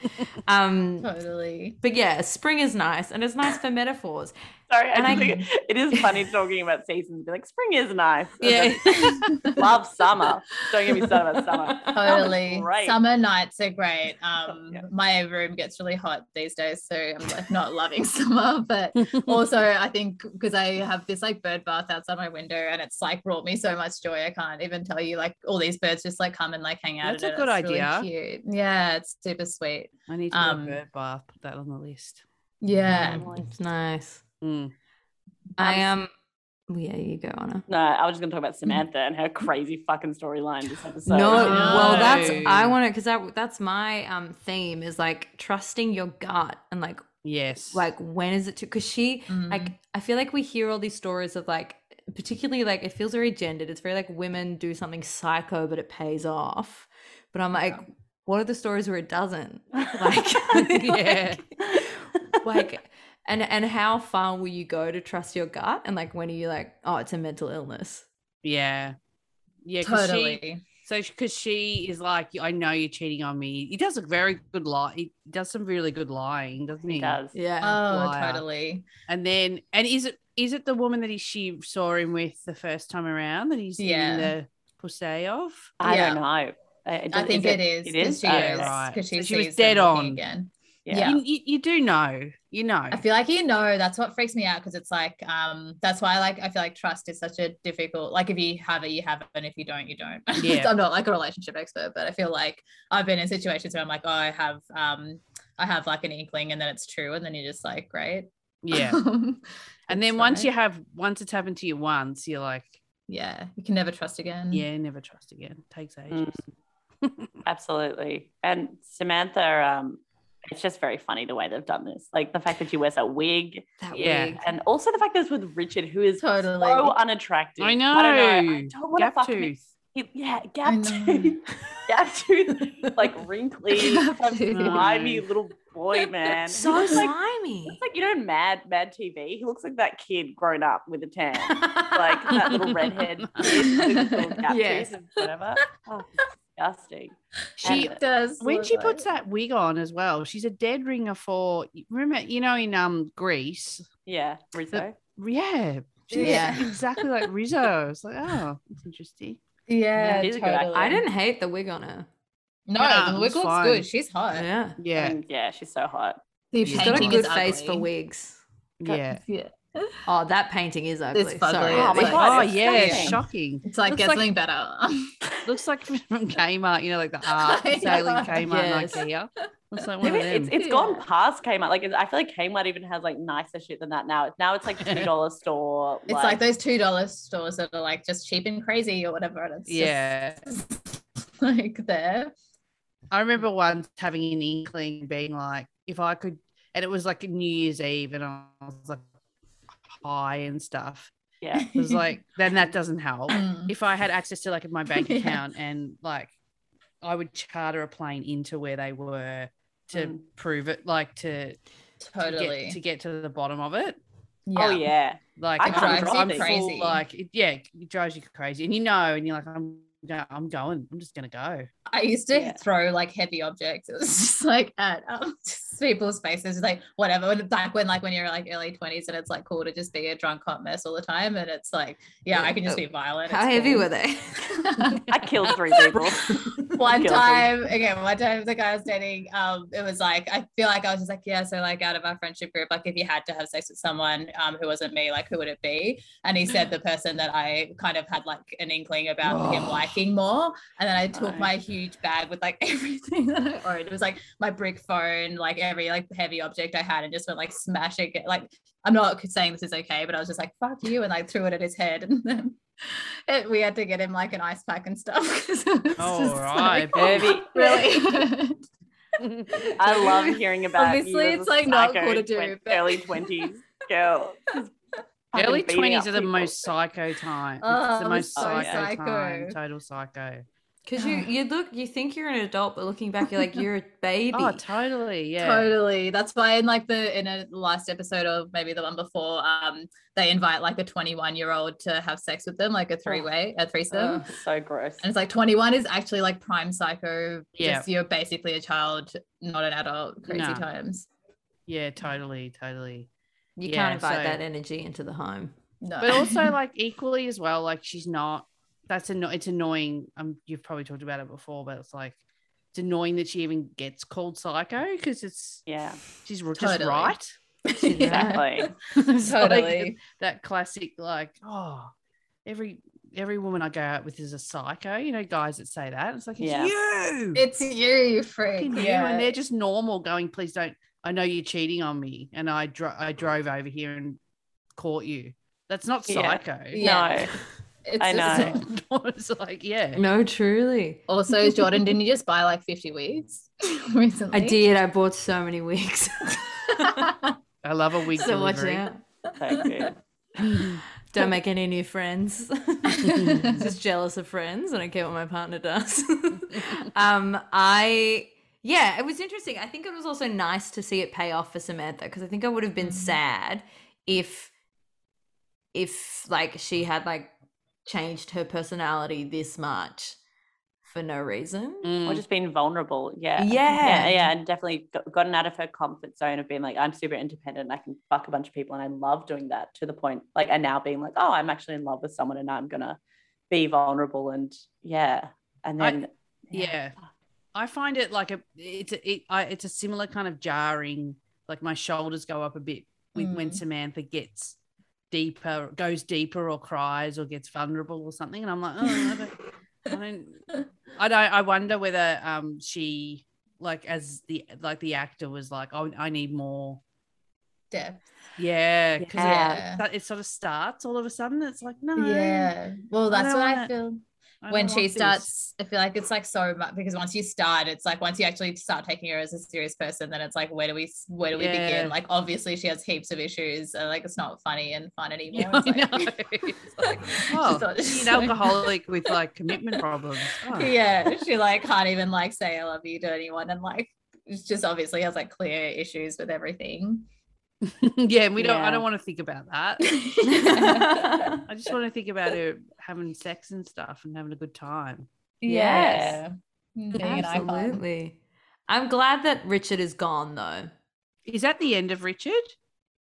Um, Totally. but yeah, spring is nice, and it's nice for metaphors. Sorry, And I, I- just think it is funny talking about seasons. Be like, spring is nice. It's Yeah. like, love summer. Don't get me started about summer. was Totally. great. Summer nights are great. Um, Yeah. My room gets really hot these days, so I'm like not loving summer. But also, I think because I have this like bird bath outside my window, and it's like brought me so much joy. I can't even tell you. Like all these birds just like come and like hang out. That's in a it. good It's really idea. cute. Yeah, it's super sweet. I need to go Um, to bird bath. Put that on the list. Oh, Yeah. it's nice. Mm. I am. Um, yeah, you go, Anna. No, I was just gonna talk about Samantha and her crazy fucking storyline this episode. no, No. well, that's I want to because that that's my um theme is like trusting your gut and like Yes. like when is it to because she Mm. like i feel like we hear all these stories of like particularly like it feels very gendered it's very like women do something psycho but it pays off but i'm like what are the stories where it doesn't like Yeah. like, like and and how far will you go to trust your gut and like when are you like oh it's a mental illness yeah. Yeah. 'cause she- totally. So, because she is like, I know you're cheating on me. He does a very good lie. He does some really good lying, doesn't he? He does. yeah oh, Liar. totally. And then, and is it is it the woman that he, she saw him with the first time around that he's Yeah. in the pussy of? I Yeah. don't know. I think it is. It 'cause is. She Oh, is. right. 'cause she So she was sees dead them looking on. again. Yeah. yeah. You, you, you do know. You know. I feel like you know that's what freaks me out because it's like um that's why like I feel like trust is such a difficult like if you have it you have it and if you don't you don't. Yeah. I'm not like a relationship expert but I feel like I've been in situations where I'm like oh I have um I have like an inkling and then it's true and then you're just like great. yeah. And then It's once alright. you have, once it's happened to you once, you're like, yeah you can never trust again. yeah, never trust again. Takes ages. Absolutely. And Samantha, um, it's just very funny the way they've done this. Like the fact that she wears a wig that Yeah. wig. and also the fact that it's with Richard, who is Totally. so unattractive. I don't know. I know. don't want to Gap fuck him. tooth. He- Yeah, I gap know. tooth. Gap tooth. Like wrinkly, slimy little boy man. He so looks like, slimy it's like you know Mad Mad TV. He looks like that kid grown up with a tan. like that little redhead kid with gap Yes. teeth and whatever. Oh, disgusting. She And does when look she like- puts that wig on as well, she's a dead ringer for remember, you know, in um Greece. Yeah, Rizzo. Yeah. She looks Yeah. exactly like Rizzo. It's like, oh, that's interesting. yeah, she's a good actor. totally. i didn't hate the wig on her no the Yeah, it wig was looks fine. good she's hot yeah Yeah. And Mm, yeah, she's so hot. the She's she's got a painting good is face for ugly. wigs Yeah. yeah Oh, that painting is ugly. fugly. Sorry. Oh my It's- God, Oh it's yeah, stunning. shocking. it's like Looks get like- something better Looks like from Kmart, you know, like the art I sailing know. Kmart Yes. and Ikea. It's like one Maybe of it's, them. it's gone Yeah. past Kmart. Like it's, I feel like Kmart even has like nicer shit than that now. Now it's like two dollar store. It's like, those two dollar stores that are like just cheap and crazy or whatever. And it's Yeah. just, like there. I remember once having an inkling being like, if I could, and it was like New Year's Eve, and I was like high and stuff. yeah. It was like, then that doesn't help. Mm. If I had access to like my bank Yeah. account and like I would charter a plane into where they were to Mm. prove it, like to, to totally. get, to get to the bottom of it. Oh yeah. Like I if can't I'm- drive I'm these. full, Crazy. like it, yeah, it drives you crazy, and you know, and you're like, I'm, go- I'm going, I'm just gonna go. I used to Yeah. throw like heavy objects. It was just like at um, just people's faces, like whatever. When, back when, like when you're like early twenties, and it's like cool to just be a drunk hot mess all the time, and it's like, yeah, Yeah. I can just be violent. How it's heavy cool. were they? I killed three people. one Guilty. time again one time the guy I was dating um it was like i feel like i was just like yeah so like out of our friendship group like if you had to have sex with someone um who wasn't me like who would it be and he said the person that i kind of had like an inkling about him liking more and then i took No. my huge bag with like everything that i owned it was like my brick phone like every like heavy object i had and just went like smashing it like i'm not saying this is okay but i was just like fuck you and like threw it at his head and then it, we had to get him like an ice pack and stuff 'cause it was Oh, just, right, like, baby. really I love hearing about. you Obviously, as a it's, like, not psycho cool to do, twen- but- early twenties girl. Just fucking Early beating twenties up are the people. most psycho time. Oh, it's the most so psycho, psycho. time. Total psycho. Because you you look you think you're an adult, but looking back, you're like you're a baby. Oh, totally. Yeah. Totally. That's why in like the in a last episode or maybe the one before, um, they invite like the 21 year old to have sex with them, like Oh. a three way, a threesome. Ugh, so gross. and it's like 21 is actually like prime psycho. Yeah. Just you're basically a child, not an adult. Crazy No. times. yeah. Totally. Totally. you Yeah, can't invite so- that energy into the home. No. But also like equally as well, like she's not. That's anno- it's annoying. Um, you've probably talked about it before, but it's like it's annoying that she even gets called psycho because it's Yeah, she's r- just Totally. right. Yeah. exactly. It's like Totally. that classic like oh every every woman I go out with is a psycho. You know, guys that say that. It's like it's Yeah. you. It's you, you freak. fucking you, Yeah. and they're just normal going please don't i know you're cheating on me and i dro- i drove over here and caught you that's not Yeah. psycho Yeah. it's I just- know. it's like yeah No, truly. Also, Jordan, didn't you just buy like 50 wigs recently? I did. I bought so many wigs. i love a wig so watch delivery. out. No, so good. Don't make any new friends. Just jealous of friends. I don't care what my partner does. um, I yeah, it was interesting. I think it was also nice to see it pay off for Samantha because I think I would have been Mhm. sad if if like she had like changed her personality this much for no reason. Mm. Or just being vulnerable. Yeah. Yeah. Yeah, yeah, and definitely got- gotten out of her comfort zone of being like, I'm super independent, I can fuck a bunch of people, and I love doing that to the point, like, and now being like, oh, I'm actually in love with someone, and I'm gonna be vulnerable, and yeah, and I- then yeah i find it like a it's a it, I, it's a similar kind of jarring like my shoulders go up a bit with when Mm. samantha gets deeper goes deeper or cries or gets vulnerable or something and i'm like oh I don't- I don't. I don't. I wonder whether um she like as the like the actor was like, oh, I need more. yeah. Yeah, because Yeah. it, that- it sort of starts all of a sudden. It's like no. Yeah. Well, I that's don't what I wanna- feel I don't when want she this. starts. I feel like it's like so much because once you start, it's like once you actually start taking her as a serious person, then it's like where do we where do we Yeah. begin? Like obviously she has heaps of issues. And like it's not funny and fun anymore. Yeah, It's I like- know. It's like, oh, She's not- she's an alcoholic with like commitment problems. Oh. yeah, she like can't even like say I love you to anyone, and like it's just obviously has like clear issues with everything. yeah, and we don't. I Yeah. don't want to think about that. yeah. I just want to think about her having sex and stuff and having a good time. Yes. Being an icon. Absolutely. I'm glad that Richard is gone though. Is that the end of Richard?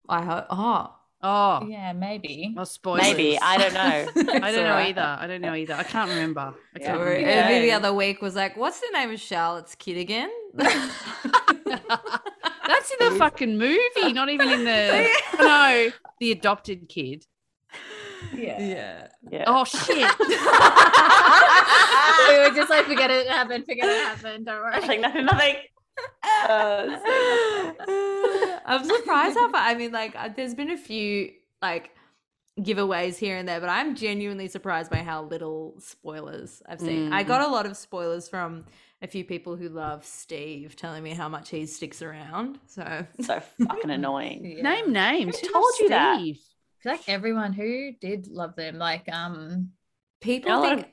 I hope. Oh, Oh, Yeah, maybe. well, spoilers. maybe I don't know. I don't know either. I don't know either. I can't remember. I Yeah. can't Or remember. Every the Yeah. other week was like, what's the name of Charlotte's kid again? That's in the fucking movie, not even in the no, the adopted kid. Yeah. yeah. Yeah. Oh shit. we were just like, forget it happened, forget it happened. Don't worry. nothing, nothing, nothing. Uh, so- I'm surprised how far. I mean, like, uh, there's been a few like giveaways here and there, but I'm genuinely surprised by how little spoilers I've seen. Mm. I got a lot of spoilers from a few people who love Steve telling me how much he sticks around. So so fucking annoying. Yeah. Name names. Who Who told was you that? Steve? I feel like everyone who did love them, like um People Yeah, a lot think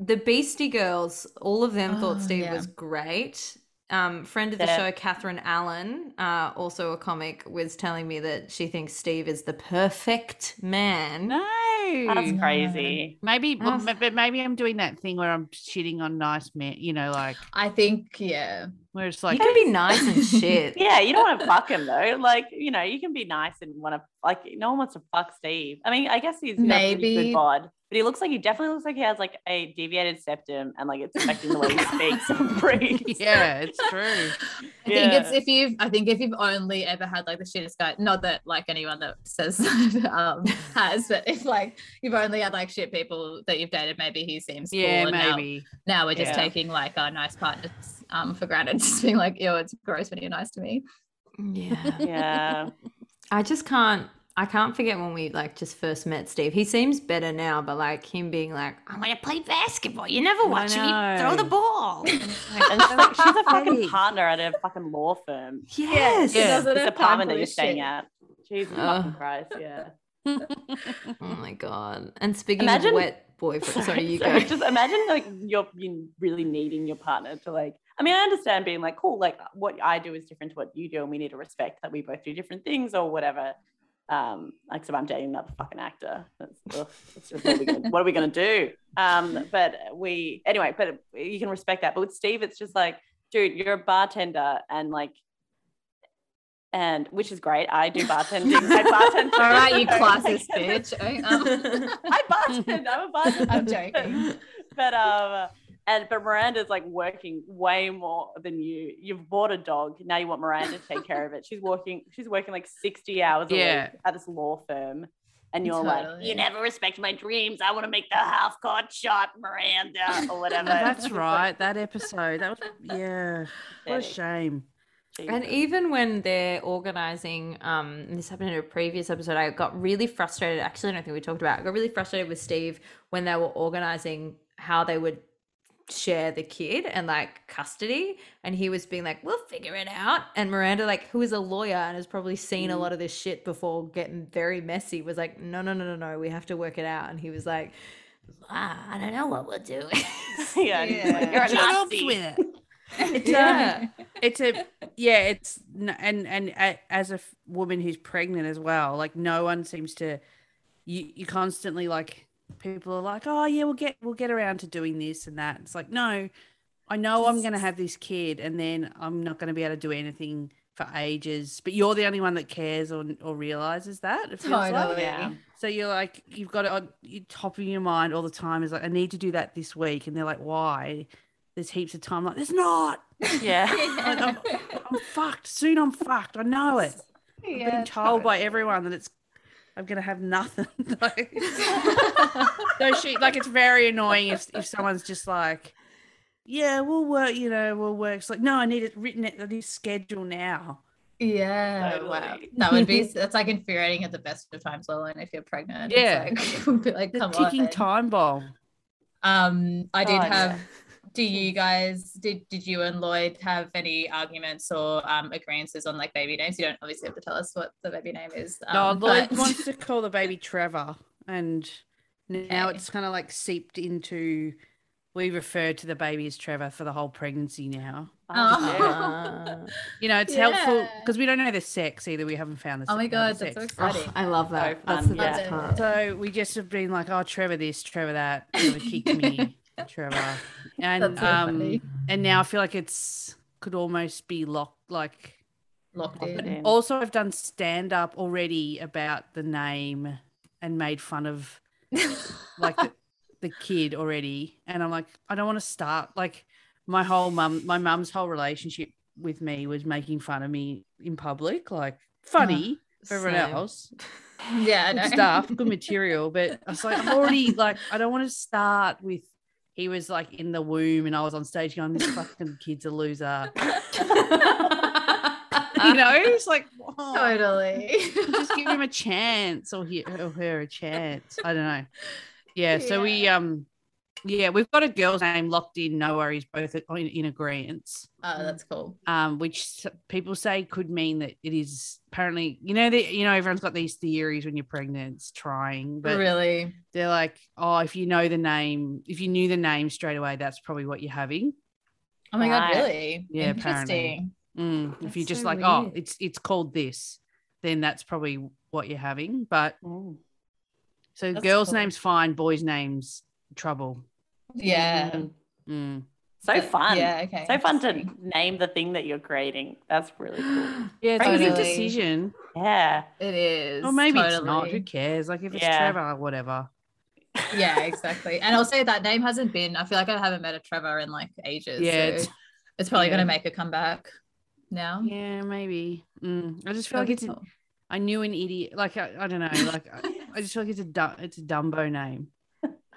the Beastie Girls, all of them Oh, thought Steve yeah. was great. Um, friend of the Yeah. show, Catherine Allen, uh, also a comic, was telling me that she thinks Steve is the perfect man. Oh, No. That's crazy. Maybe, well, That's- ma- but maybe I'm doing that thing where I'm shitting on nice men. You know, like I think yeah. where it's like you can be nice and shit. Yeah, you don't want to fuck him though. Like, you know, you can be nice and want to like. No one wants to fuck Steve. I mean, I guess he's got a pretty Maybe. good bod, but he looks like he definitely looks like he has like a deviated septum and like it's affecting the way he speaks and breathes. yeah, it's true. I think it's Yeah. if you've I think if you've only ever had like the shittest guy, not that like anyone that says um has, but if like you've only had like shit people that you've dated, maybe he seems cool Yeah, and now- maybe. Now, we're just Yeah. taking like our nice partners um for granted, just being like, yo, it's gross when you're nice to me. Yeah. Yeah, I just can't. I can't forget when we like just first met Steve. He seems better now, but like him being like, "I want to play basketball. You never I watch me throw the know. ball." and she's, like, she's a fucking Hey. partner at a fucking law firm. yes. Yeah. This apartment that you're staying at. Jesus Ugh. fucking Christ, yeah. Oh my god. And speaking Imagine- of wet boyfriend, sorry, you sorry, go. Just imagine like you're you really needing your partner to like. I mean, I understand being like, cool, like what I do is different to what you do, and we need to respect that we both do different things or whatever. Um, like, so I'm dating another fucking actor. That's, ugh, that's just, what, are we gonna, what are we gonna do? Um, but we anyway, but you can respect that. But with Steve, it's just like, dude, you're a bartender, and like. And which is great. I do bartending. I bartend. All right, you So, like, classist bitch. Oh, um, I bartend. I'm a bartender. I'm joking. but um and but Miranda's like working way more than you. You've bought a dog. Now you want Miranda to take care of it. She's working she's working like 60 hours a Yeah. week at this law firm. And you're like, Totally. you never respect my dreams. I want to make the half court shot, Miranda, or whatever. That's right. That episode. That was yeah. What a shame. And Jesus. even when they're organizing, um, and this happened in a previous episode, I got really frustrated. Actually, I don't think we talked about. It. I got really frustrated with Steve when they were organizing how they would share the kid and like custody, and he was being like, "We'll figure it out." And Miranda, like, who is a lawyer and has probably seen a lot of this shit before, getting very messy, was like, "No, no, no, no, no. We have to work it out." And he was like, ah, "I don't know what we'll do." yeah, and he's like, Yeah. you're a Shut up Nazi. with it. yeah. it's a yeah it's n- and and a- as a f- woman who's pregnant as well like no one seems to you you constantly like people are like oh yeah we'll get we'll get around to doing this and that it's like no i know i'm going to have this kid and then i'm not going to be able to do anything for ages but you're the only one that cares or, or realizes that it feels like. totally. Yeah. So you're like, you've got it on you top of your mind all the time. Is like, I need to do that this week, and they're like, why? There's heaps of time. Like, there's not. Yeah. Like, I'm, I'm fucked. Soon I'm fucked. I know it. I've Yeah, been told by totally. everyone that it's I'm gonna have nothing. Like, no, she like it's very annoying if if someone's just like, yeah, we'll work. You know, we'll work. It's like, no, I need it written. I need a schedule now. Yeah, wow. Totally. That would be that's like infuriating at the best of times, let alone if you're pregnant. Yeah. It's like, be like The come ticking on. eh? time bomb. Um, I did Oh, have. yeah. Do you guys did did you and Lloyd have any arguments or um agreements on like baby names? You don't obviously have to tell us what the baby name is. no, um, Lloyd but- wants to call the baby Trevor, and now Okay. it's kind of like seeped into. We refer to the baby as Trevor for the whole pregnancy now. Oh, Ah. You know, it's helpful Yeah. because we don't know the sex either. We haven't found the Oh my se- know god, the that's so sex. exciting. Oh, I love that. That's fun, the best yeah. part. So we just have been like, oh, Trevor this, Trevor that, Trevor kicked me, Trevor, and That's so um, funny. and now I feel like it's could almost be locked. Like, Locked Locked in. in. also, I've done stand up already about the name and made fun of like the, the kid already, and I'm like, I don't want to start like my whole mum, my mum's whole relationship with me was making fun of me in public, like funny for everyone Same. else Yeah, I good know. stuff, good material. But I was like, I'm already like, I don't want to start with. He was like in the womb, and I was on stage going, "This fucking kid's a loser," you know. It's like, oh, Totally. just give him a chance, or he or her a chance. I don't know. Yeah. So we um, yeah, we've got a girl's name locked in. No worries, both in, in agreement oh, that's cool. um, which s- people say could mean that it is apparently you know that you know everyone's got these theories when you're pregnant it's trying but really. they're like oh if you know the name if you knew the name straight away that's probably what you're having Oh my Right. god, really? Yeah, apparently. Interesting. Mm, if you're That's just so like oh weird. it's it's called this then that's probably what you're having but mm. so That's girls cool. names fine boys names trouble Yeah. Mhm. Mm. So Mm-hmm. But- fun. Yeah, okay. So fun to interesting. name the thing that you're creating. That's really cool. yeah it's a good Totally. decision Yeah. It is. or maybe it's not totally. who cares like if it's Yeah. trevor whatever yeah, exactly. And also that name hasn't been, I feel like I haven't met a Trevor in like ages. Yeah, so it's- it's, probably yeah. gonna make a comeback now. yeah maybe mm. i just feel That'll like be it's a- cool. I knew an idiot. Like I, I don't know. Like I, I just feel like it's a du- it's a Dumbo name.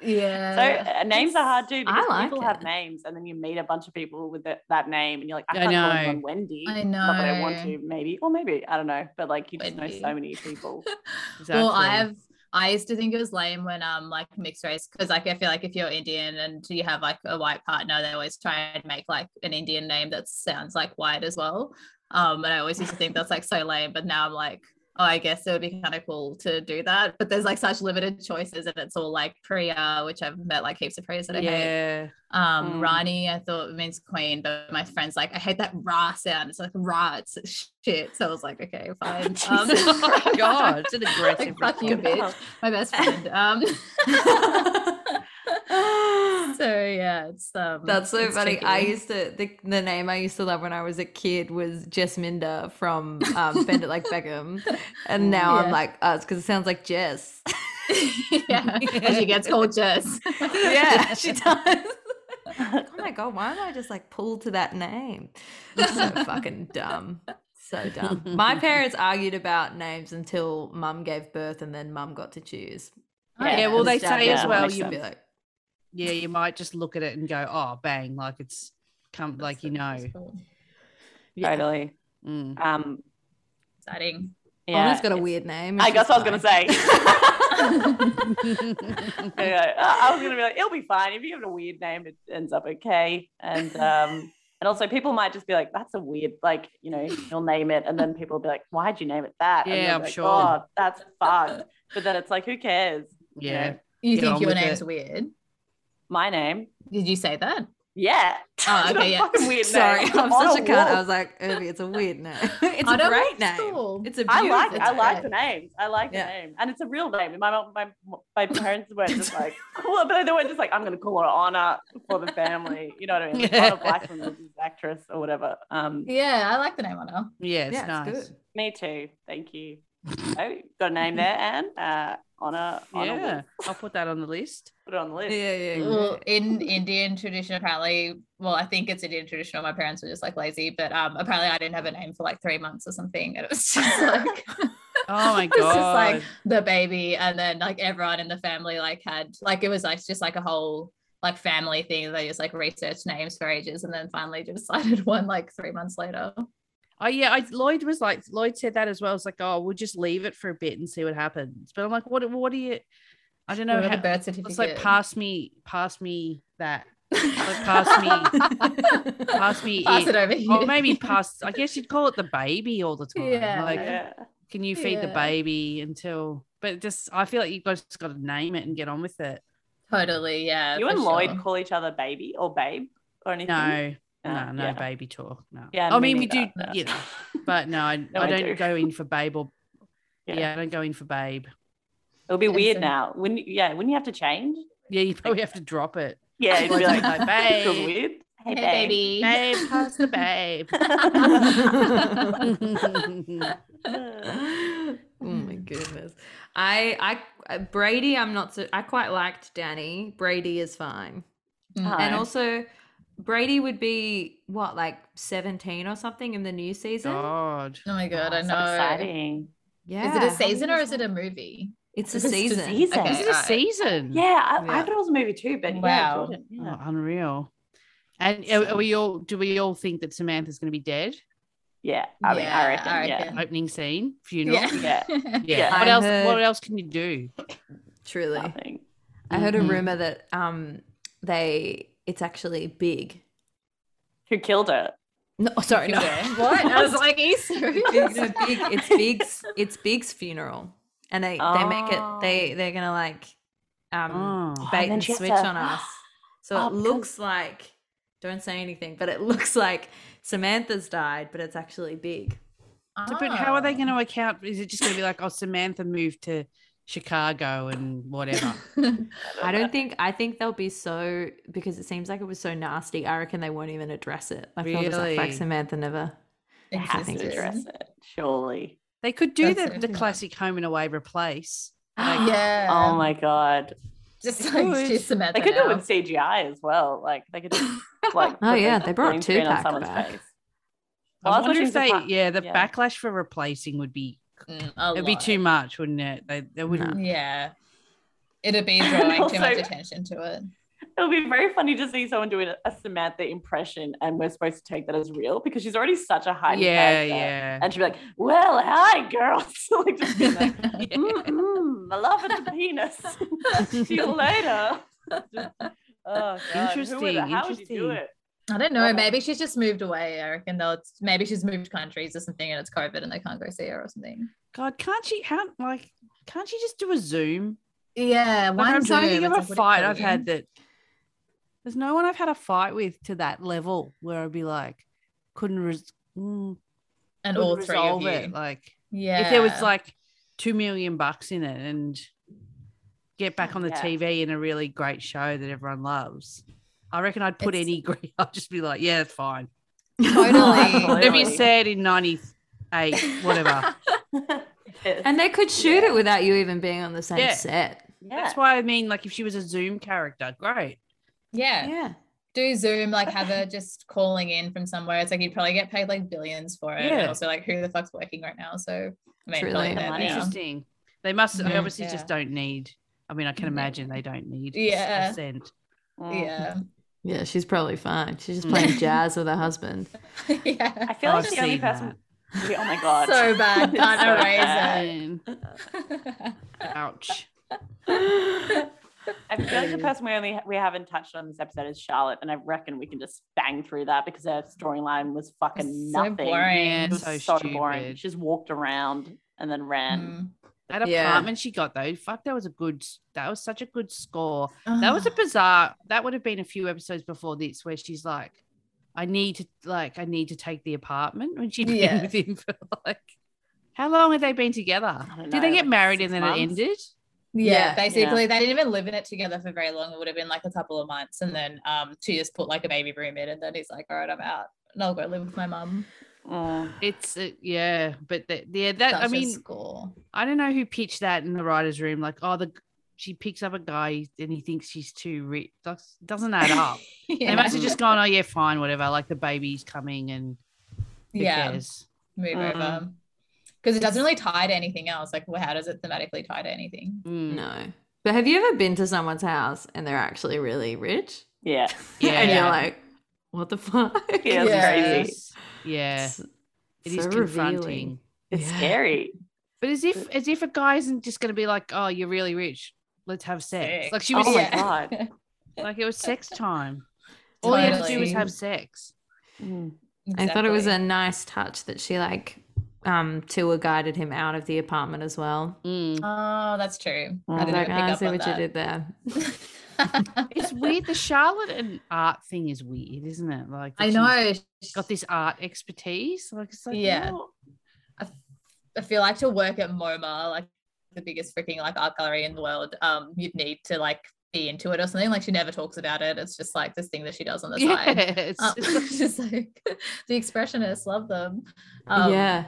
So yeah. uh, names are hard too I because like people have it. names, and then you meet a bunch of people with that that name, and you're like, I I can't call know. anyone Wendy. I Not that I want know. to, maybe, or maybe I don't know. But like, you just know so Wendy. many people. Exactly. Well, I have. I used to think it was lame when um like mixed race because like I feel like if you're Indian and you have like a white partner, they always try and make like an Indian name that sounds like white as well. Um, and I always used to think that's like so lame, but now I'm like, oh, I guess it would be kind of cool to do that. But there's like such limited choices, and it's all like Priya, which I've met like heaps of Priyas that I hate. yeah. Um, Mm. Rani, I thought means queen, but my friend's like, I hate that ra sound. It's like ra, it's shit. So I was like, okay, fine. Um, Jesus Oh, God, it's an aggressive. Like, fuck you, response. bitch. My best friend. Um, so yeah, it's um, That's so it's funny. I tricky. used to the, the name I used to love when I was a kid was Jess Minder from um, Bend It Like Beckham, and now I'm Yeah. like, oh, it's because it sounds like Jess. yeah, and she gets called Jess. yeah, she does. oh my god, why am I just like pulled to that name? So fucking dumb. So dumb. My parents argued about names until mum gave birth, and then mum got to choose. Yeah, Yeah, well, they Just out say of as that well, makes you me like, yeah, you might just look at it and go, oh, bang, like it's come, like you know. yeah. Totally. Mm. Um, Exciting. yeah. Anna's "Oh, got a weird name. and I guess she's I was going to fine. say. Mm. Yeah, uh, I I was going to be like, it'll be fine. If you give it a weird name, it ends up okay. And um, and also people might just be like, that's a weird, like, you know, you'll name it. And then people will be like, why'd you name it that? And Yeah, you'll be I'm like, sure. Oh, that's fucked. But then it's like, who cares? You yeah. know, You Get on think your with name's it. weird? my name. Did you say that? Yeah. Oh, It's a okay, yeah. fucking weird Sorry, name. I'm On such a cunt. I walk. was like, Irby, it's a weird name. It's I a don't great like name. school. It's a I beautiful like I name. like the names. I like Yeah. the name, and it's a real name. My mom, my my parents weren't just like, well, but they weren't just like, I'm going to call her Anna for the family. You know what I mean? Like, Anna Blackman was this actress or whatever. Um, Yeah, I like the name Anna. Yeah, it's Yeah, nice. it's good. me too. Thank you. Oh, got a name there, Anne. Uh, Anna. Anna Yeah, Wolf. I'll put that on the list. Put it on the list. Yeah, yeah, yeah. Well, in Indian tradition, apparently, well, I think it's Indian tradition. or My parents were just like lazy, but um, apparently, I didn't have a name for like three months or something, and it was just like Oh my It's just god! like- the baby, and then like everyone in the family like had like it was like just like a whole like family thing. They just like researched names for ages, and then finally just decided one like three months later. oh yeah, I, Lloyd was like Lloyd said that as well. It's like, oh, we'll just leave it for a bit and see what happens. But I'm like, what? What do you? I don't know. Remember How, the birth it's certificate. like pass me, pass me that, like, pass me, pass me Pass it it. over here. Or maybe pass. I guess you'd call it the baby all the time. Yeah. Like, Yeah. can you feed the Yeah. baby until? But just, I feel like you've got, just got to name it and get on with it. totally. Yeah. you for and Lloyd sure. call each other baby or babe or anything. No, no, Uh, no yeah. baby talk. No. Yeah, I me mean, we do, neither. No. you know, but no, I, No, I I don't do. go in for babe or, Yeah. yeah. I don't go in for babe. It'll be And weird so- now. Wouldn't you- yeah? Wouldn't you have to change? Yeah, you probably have to drop it. Yeah, it'd be Like, like, like, this feels babe, weird. Hey, Hey, babe. baby. babe, pass the babe. Mm. oh my goodness. I, I, uh, Brady, I'm not so, I quite liked Danny. Brady is fine. Mm. Hi. And also, Brady would be what, like 17 or something in the new season? God. Oh my god, Oh, I so know. exciting. Yeah. Is it how a season many or is it a that? movie? It's a Is this season. just- Season. Okay. Is it a alright. season? Yeah, I, I Yeah. thought it was a movie too, but yeah, Wow. Jordan, Oh, yeah. unreal. And are, are we all, do we all think that Samantha's going to be dead? yeah, I mean, I reckon, yeah, Opening scene, funeral. Yeah. Yeah. Yeah. What I else? heard- What else can you do? Truly. nothing. I heard a Mm-hmm. Mhm. rumor that um they it's actually big. Who killed her? No, sorry, no. What? I was like, are you serious? Big- no, big, it's Big's it's Big's funeral. And they, they make it Oh. they they're gonna like um Oh. and bait then and she has switch to- on us. So Oh, it because- looks like don't say anything, but it looks like Samantha's died, but it's actually big. So, but how are they going to account? Is it just going to be like, oh, Samantha moved to Chicago and whatever? to? I don't think I think they'll be so because it seems like it was so nasty. I reckon they won't even address it. Like they'll just act like Really? Samantha never. They have to think it's- address it, surely. They could do That's the, the interesting. classic home and away replace. Like, Yeah. oh my god, Just They like could. she's Samantha. they could do now. it with CGI as well. Like they could just like Oh, put yeah, the they brought green screen on Tupac someone's back. face. Well, I that's what wonder she if was they, applying- yeah, the yeah. backlash for replacing would be, Mm, a it'd be lot. too much, wouldn't it? They, they wouldn't. Yeah. It'd be And drawing also- too much attention to it. It'll be very funny to see someone doing a Samantha impression, and we're supposed to take that as real because she's already such a high Yeah, yeah. and she'd be like, "Well, hi, girls." like just being like, mm, mm, I love it, the penis. See you later. Just- oh, God. Who would- Interesting, How would you do interesting. it? I don't know. Love it. Maybe she's just moved away. I reckon they'll. Maybe she's moved countries or something, and it's COVID, and they can't go see her or something. God, can't she? How like can't she just do a Zoom? Yeah, Like, I'm trying to Zoom, think of it's like, what do a you fight call I've it? had that. There's no one I've had a fight with to that level where I'd be like, couldn't, res- mm, and couldn't all three of resolve you. it. Like yeah, if there was like two million bucks in it and get back on the Yeah. TV in a really great show that everyone loves, I reckon I'd put It's- any. gre- I'd just be like, yeah, it's fine. totally. Absolutely. Whatever you said in '98, whatever. Yes. and they could shoot Yeah. it without you even being on the same Yeah. set. yeah. That's why I mean, like, if she was a Zoom character, great. yeah. Yeah. do Zoom, like have her just calling in from somewhere. It's like you'd probably get paid like billions for it. Yeah. And also like who the fuck's working right now? So I mean, Truly. probably Yeah, that, money. yeah. Interesting. They must they Yeah. obviously just don't need. I mean, I can No. imagine they don't need Yeah. a cent. Mm. Yeah. Yeah, she's probably fine. She's just Mm. playing jazz with her husband. I yeah. feel like I've the only seen person. Yeah, Oh my god. So bad. It's so Can't bad. Mm, erase it. Ouch. I feel like the person we only we haven't touched on this episode is Charlotte, and I reckon we can just bang through that because her storyline was fucking It's so nothing. boring. Yeah, It was so, so, stupid. boring. She just walked around and then ran. Mm. That Yeah. apartment she got though, fuck, that was a good. That was such a good score. That Ugh. was a bizarre. That would have been a few episodes before this, where she's like, "I need to, like, I need to take the apartment," when she'd been Yeah. with him for like, how long had they been together? I don't Did they know, get like married six and then it months? ended? yeah, Yeah. basically they didn't even live in it together for very long. It would have been like a couple of months and then um she just put like a baby room in and then he's like, all right, I'm out and I'll go live with my mum. Mm. It's uh, yeah, but the, yeah, that I Such a mean, score. I don't know who pitched that in the writers' room. Like, oh, the she picks up a guy and he thinks she's too rich. That's, doesn't add up. yeah. They must have just gone, oh yeah, fine, whatever. Like the baby's coming and who yeah. cares? move Um, Mm. over because it doesn't really tie to anything else. Like, well, how does it thematically tie to anything? Mm. No. But have you ever been to someone's house and they're actually really rich? Yeah. Yeah. and Yeah. you're like, what the fuck? Yeah, it's crazy. It's- Yeah, It's it is so confronting. revealing. It's Yeah. scary. But as if as if a guy isn't just going to be like, oh, you're really rich. Let's have sex. Sex. Like she was Oh my like, God. like it was sex time. All you had to do was Totally. have sex. Mm. I thought it was a Exactly. nice touch that she like um tour guided him out of the apartment as well. Mm. Oh, that's true. I Mm. didn't like, even "Ah, pick I up see on what that. you did there. It's weird. The Charlotte and art thing is weird, isn't it? Like that I she's know. got this art expertise. Like it's like Yeah. what? I feel like to work at MoMA, like the biggest freaking like art gallery in the world, um, you'd need to like be into it or something. Like she never talks about it. It's just like this thing that she does on the side. Yeah, it's, Um, it's like- just like the expressionists love them. Um, yeah.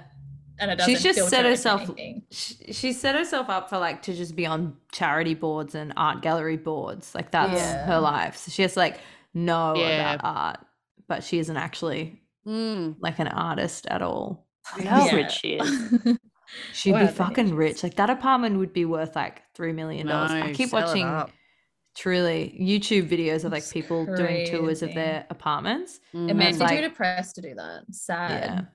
and it doesn't. She's just filter set into herself- anything. She, she set herself up for like to just be on charity boards and art gallery boards. Like that's Yeah. her life. So she has to like know Yeah. about art, but she isn't actually Mm. like an artist at all. How Yeah. rich she is. She'd Wow, be that is- fucking rich. Like that apartment would be worth like three million dollars. I No, keep sell it watching up. truly YouTube videos of like It's people doing tours of crazy. their apartments. It Mm. makes me like- too depressed to do that. Yeah. Sad.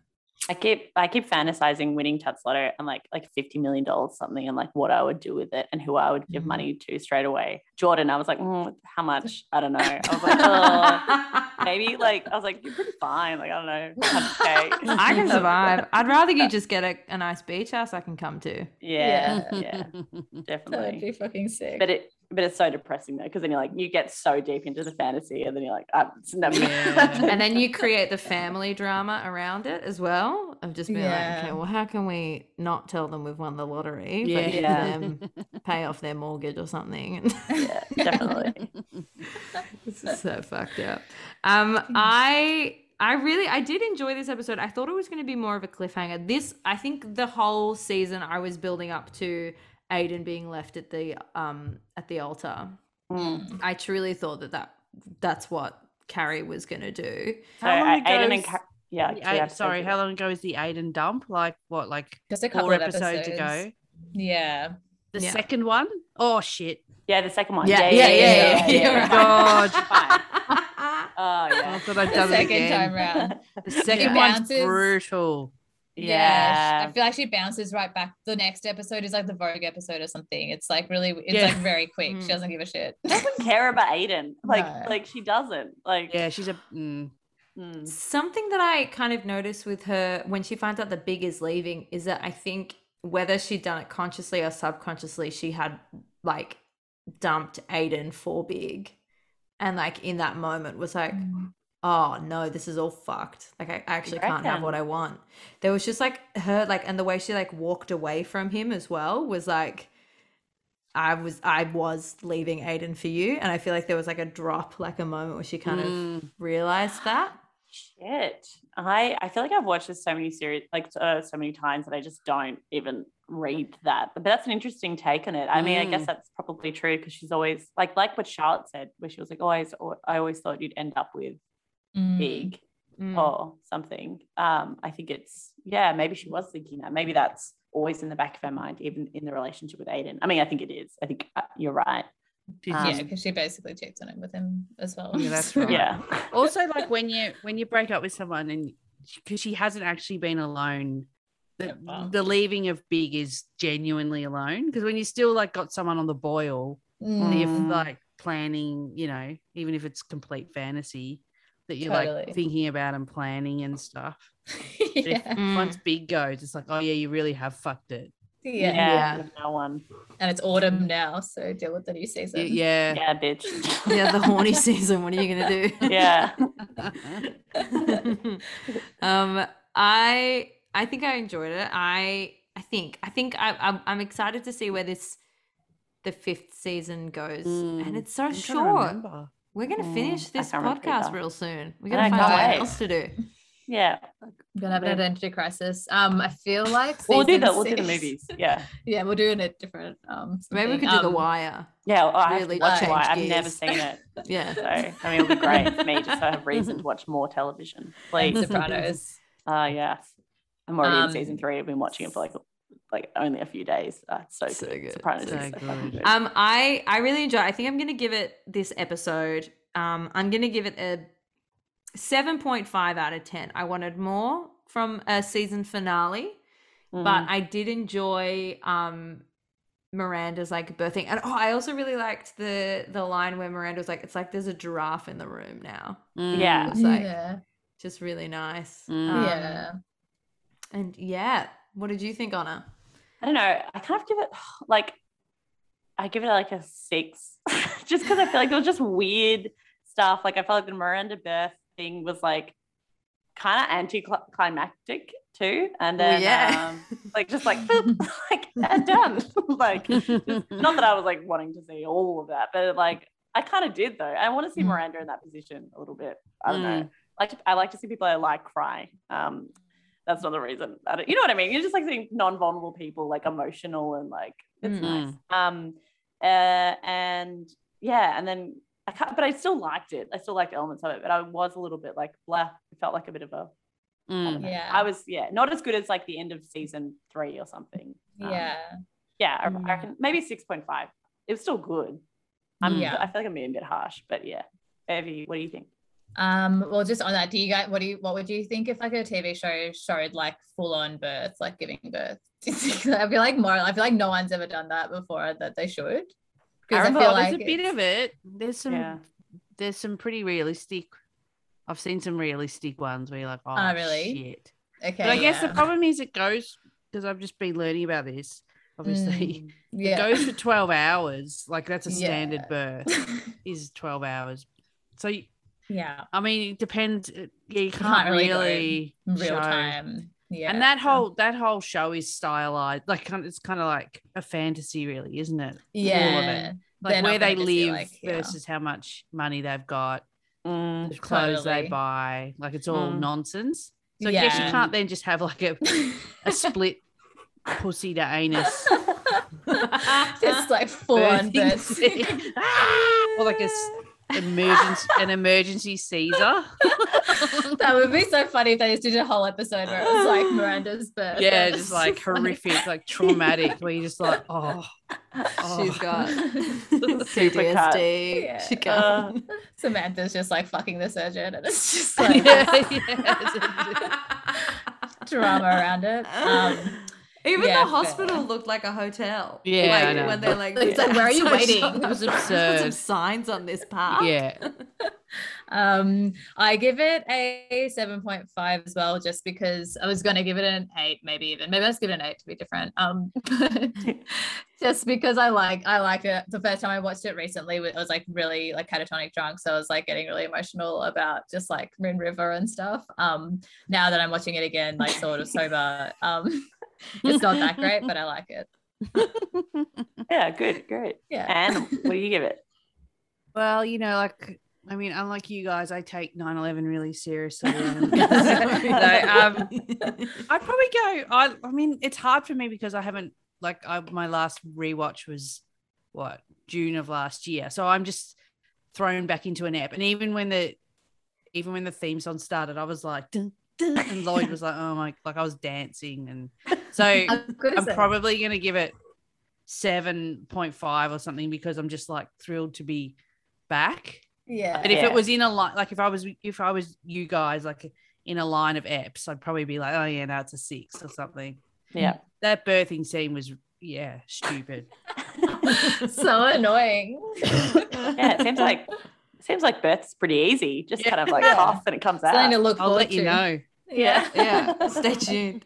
I keep I keep fantasizing winning Tats Lotto and like like fifty million dollars something and like what I would do with it and who I would give Mhm. money to straight away. Jordan, I was like, mm, how much? I don't know. I was like, oh, maybe like I was like, you're pretty fine. Like I don't know, 100K. I can survive. I'd rather you just get a, a nice beach house I can come to. Yeah, yeah, That would definitely. be fucking sick. But it but it's so depressing though because then you're like you get so deep into the fantasy and then you're like, I'm it's never. Yeah. And then you create the family drama around it as well. Of just being Yeah. like, okay, well, how can we not tell them we've won the lottery, but give Yeah. them pay off their mortgage or something? yeah, definitely. This is so fucked up. Um, I I really I did enjoy this episode. I thought it was going to be more of a cliffhanger. This I think the whole season I was building up to Aiden being left at the um at the altar. Mm. Mm. I truly thought that that that's what Carrie was going to do. So How long I, ago Aiden and is- Car- uh, yeah, The two Aiden- episodes sorry, ago. how long ago is the Aiden dump? Like what? Like Just a couple four of episodes episodes, ago. Yeah. The Yeah. second one? Oh shit! Yeah, the second one. Yeah, yeah, yeah, yeah, yeah, yeah. Oh God. Fine. Oh I yeah. thought I'd The done it second again. time round. The second one's Bounces. brutal. Yeah. Yeah. I feel like she bounces right back. The next episode is like the Vogue episode or something. It's like really, it's Yeah. like very quick. Mm. She doesn't give a shit. doesn't care about Aiden. Like, No. like she doesn't. Like, Yeah, she's a. Mm. Mm. Something that I kind of noticed with her when she finds out the big is leaving is that I think whether she'd done it consciously or subconsciously, she had like dumped Aiden for big. And like in that moment was like, Mm. oh no, this is all fucked. Like I I actually can't have reckon? what I want. There was just like her like and the way she like walked away from him as well was like I was I was leaving Aiden for you. And I feel like there was like a drop, like a moment where she kind of Mm. realized that. Shit. I, I feel like I've watched this so many series, like uh, so many times that I just don't even read that. But that's an interesting take on it. I mean, I guess Mm. that's probably true because she's always like, like what Charlotte said, where she was like, always, I always thought you'd end up with Mm. big Mm. or something. Um, I think it's, yeah, maybe she was thinking that. Maybe that's always in the back of her mind, even in the relationship with Aiden. I mean, I think it is. I think uh, you're right. yeah, Um, because she basically cheats on it with him as well. Yeah, that's So- right. Yeah. also like when you when you break up with someone and because she hasn't actually been alone the, Ever. the leaving of big is genuinely alone because when you still like got someone on the boil and Mm. if Mm. like planning you know even if it's complete fantasy that you're Totally. like thinking about and planning and stuff yeah. Mm. if once big goes it's like oh yeah you really have fucked it yeah. Yeah. Yeah. No one. And it's autumn now, so deal with the new season. yeah Yeah, bitch. yeah, the horny season. What are you gonna do? yeah. um, I I think I enjoyed it. I I think I think I, I'm I'm excited to see where this the fifth season goes, and Mm, it's so I'm trying to short. remember. We're gonna Mm, finish I this can't remember podcast either. real soon. We I gotta know, find can't what wait. else to do. Yeah. I'm gonna have an Maybe. identity crisis. Um, I feel like We'll do season the we'll do the six- movies. Yeah. Yeah, we'll do it in a different. Um, Maybe we something. could do the Um, wire. Yeah. well, I have Really to watch change why. I've gears. never seen it. Yeah. So I mean it'll be great for me just so I have reason to watch more television. and Please. Sopranos. Ah yes. I'm already Um, in season three. I've been watching it for like like only a few days. Ah, it's so, So good. good, Sopranos is so so fucking good. good. Um, I I really enjoy. I think I'm gonna give it this episode. Um, I'm gonna give it a seven point five out of ten. I wanted more from a season finale, Uh, Mm. but I did enjoy um Miranda's like birthing. And oh, I also really liked the the line where Miranda was like, "It's like there's a giraffe in the room now." Yeah. It was like yeah, just really nice. Mm. Um, yeah. And yeah, what did you think, Anna? I don't know. I kind of give it like I give it like a six, just because I feel like it was just weird stuff. Like I felt like the Miranda birth thing was like kind of anticlimactic too, and Well, then yeah. um, like just like boop, like and done. like not that I was like wanting to see all of that, but like I kind of did though. I want to see Mm. Miranda in that position a little bit. I don't know. Mm. Like I like to see people I like cry. Um, that's not the reason. I don't, you know what I mean? You're just like seeing non-vulnerable people like emotional and like it's Mm. nice. Um, uh, and yeah, and then I can't, but I still liked it. I still liked elements of it, but I was a little bit like blah. It felt like a bit of a. Mm. I don't know. Yeah. I was yeah, not as good as like the end of season three or something. Um, yeah. yeah, I, Mm. I reckon maybe six point five. It was still good. I'm, Yeah. I feel like I'm being a bit harsh, but yeah. Evie, what do you think? Um, well, just on that, do you guys what do you what would you think if like a TV show showed like full on birth, like giving birth? I feel like more. I feel like no one's ever done that before that they should. I Because I, remember feel there's like a bit it's- of it. There's some Yeah. there's some pretty realistic. I've seen some realistic ones where you're like, oh, Oh, really? shit. Okay, But I guess the yeah. problem is it goes because I've just been learning about this. Obviously, yeah. it goes for twelve hours. Like that's a Yeah. standard birth is twelve hours. So you- yeah, I mean, it depends. It- Yeah, you can't, really really, go real show. time. Yeah, And that whole that whole show is stylized. Like kind of- it's kind of like a fantasy, really, isn't it? yeah, Like They're not where they gonna just be live like, yeah. versus how much money they've got. Mm, the clothes Totally. they buy. Like it's all Mm. nonsense. So I guess you Yeah. can't then just have like a, a split pussy to anus. just like full on birthing birth. thing. or like a s- emergency an emergency Caesar. that would be so funny if they just did a whole episode where it was like Miranda's birth. Yeah, That was just like horrific, like traumatic, where you're just like, oh, oh. She's got Super cut. PTSD. Yeah. She got. Samantha's just like fucking the surgeon, and it's just Yeah, like yeah, it's a- Uh. drama around it. Um, Even Yeah, the hospital looked like a hotel. Yeah, Like I know. when they're like, It's like, "Yeah, where are you so waiting?" sorry. It was Put Some absurd. signs on this park. Yeah. Um, I give it a 7.5 as well, just because I was gonna give it an eight, maybe even maybe I'll just give it an eight to be different. Um but just because I like I like it. The first time I watched it recently, I was like really like catatonic drunk. So I was like getting really emotional about just like Moon River and stuff. Um now that I'm watching it again, like sort of sober. Um it's not that great, but I like it. Mm. Yeah, good, great. Yeah. And what do you give it? Well, you know, like I mean, unlike you guys, I take 9-11 really seriously. and- No, um, I'd probably go. I I mean, it's hard for me because I haven't like I my last rewatch was what June of last year, so I'm just thrown back into a nap. And even when the even when the theme song started, I was like, dun, dun, and Lloyd was like, oh my, like I was dancing, and so I'm I'm gonna say- probably gonna give it seven point five or something because I'm just like thrilled to be back. yeah. But if Yeah. it was in a line, like if I was if I was you guys, like in a line of apps, I'd probably be like, oh yeah, no, it's a six or something. Yeah. That birthing scene was yeah stupid. so annoying. Yeah, it seems like it seems like birth's pretty easy. Just Yeah. kind of like Yeah. cough and it comes Something to out. look I'll forward let you to. know. Yeah. yeah, stay tuned.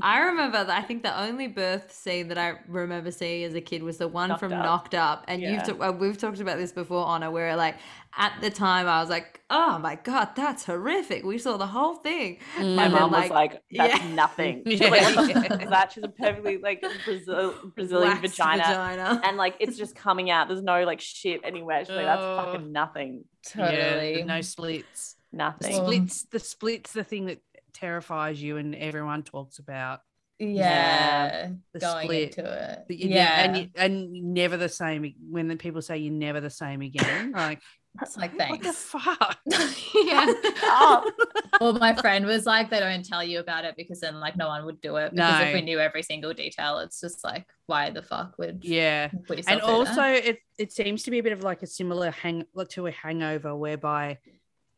I remember that. I think the only birth scene that I remember seeing as a kid was the one Knocked from Up. Knocked Up, and Yeah. you've t- uh, we've talked about this before, Anna. Where like at the time I was like, oh my god, that's horrific. We saw the whole thing. My and then, mom was like, like, "That's yeah. nothing." She's Yeah. like, "What the fuck is that?" She's a perfectly like Brazil, Brazilian waxed vagina, and like it's just coming out. There's no like shit anywhere. She's like, "That's Oh. fucking nothing, Totally. Yeah, no splits. The nothing." Well- splits. The splits. The thing that terrifies you and everyone talks about. yeah, The going split. into it. That you ne- yeah, and you, and you're never the same. ag- When the people say you're never the same again, like it's like what the thanks. fuck? yeah. Oh, Well, my friend was like, they don't tell you about it because then like no one would do it because No. if we knew every single detail, it's just like why the fuck would Yeah. you put yourself and through also that? it it seems to be a bit of like a similar hang like to a hangover whereby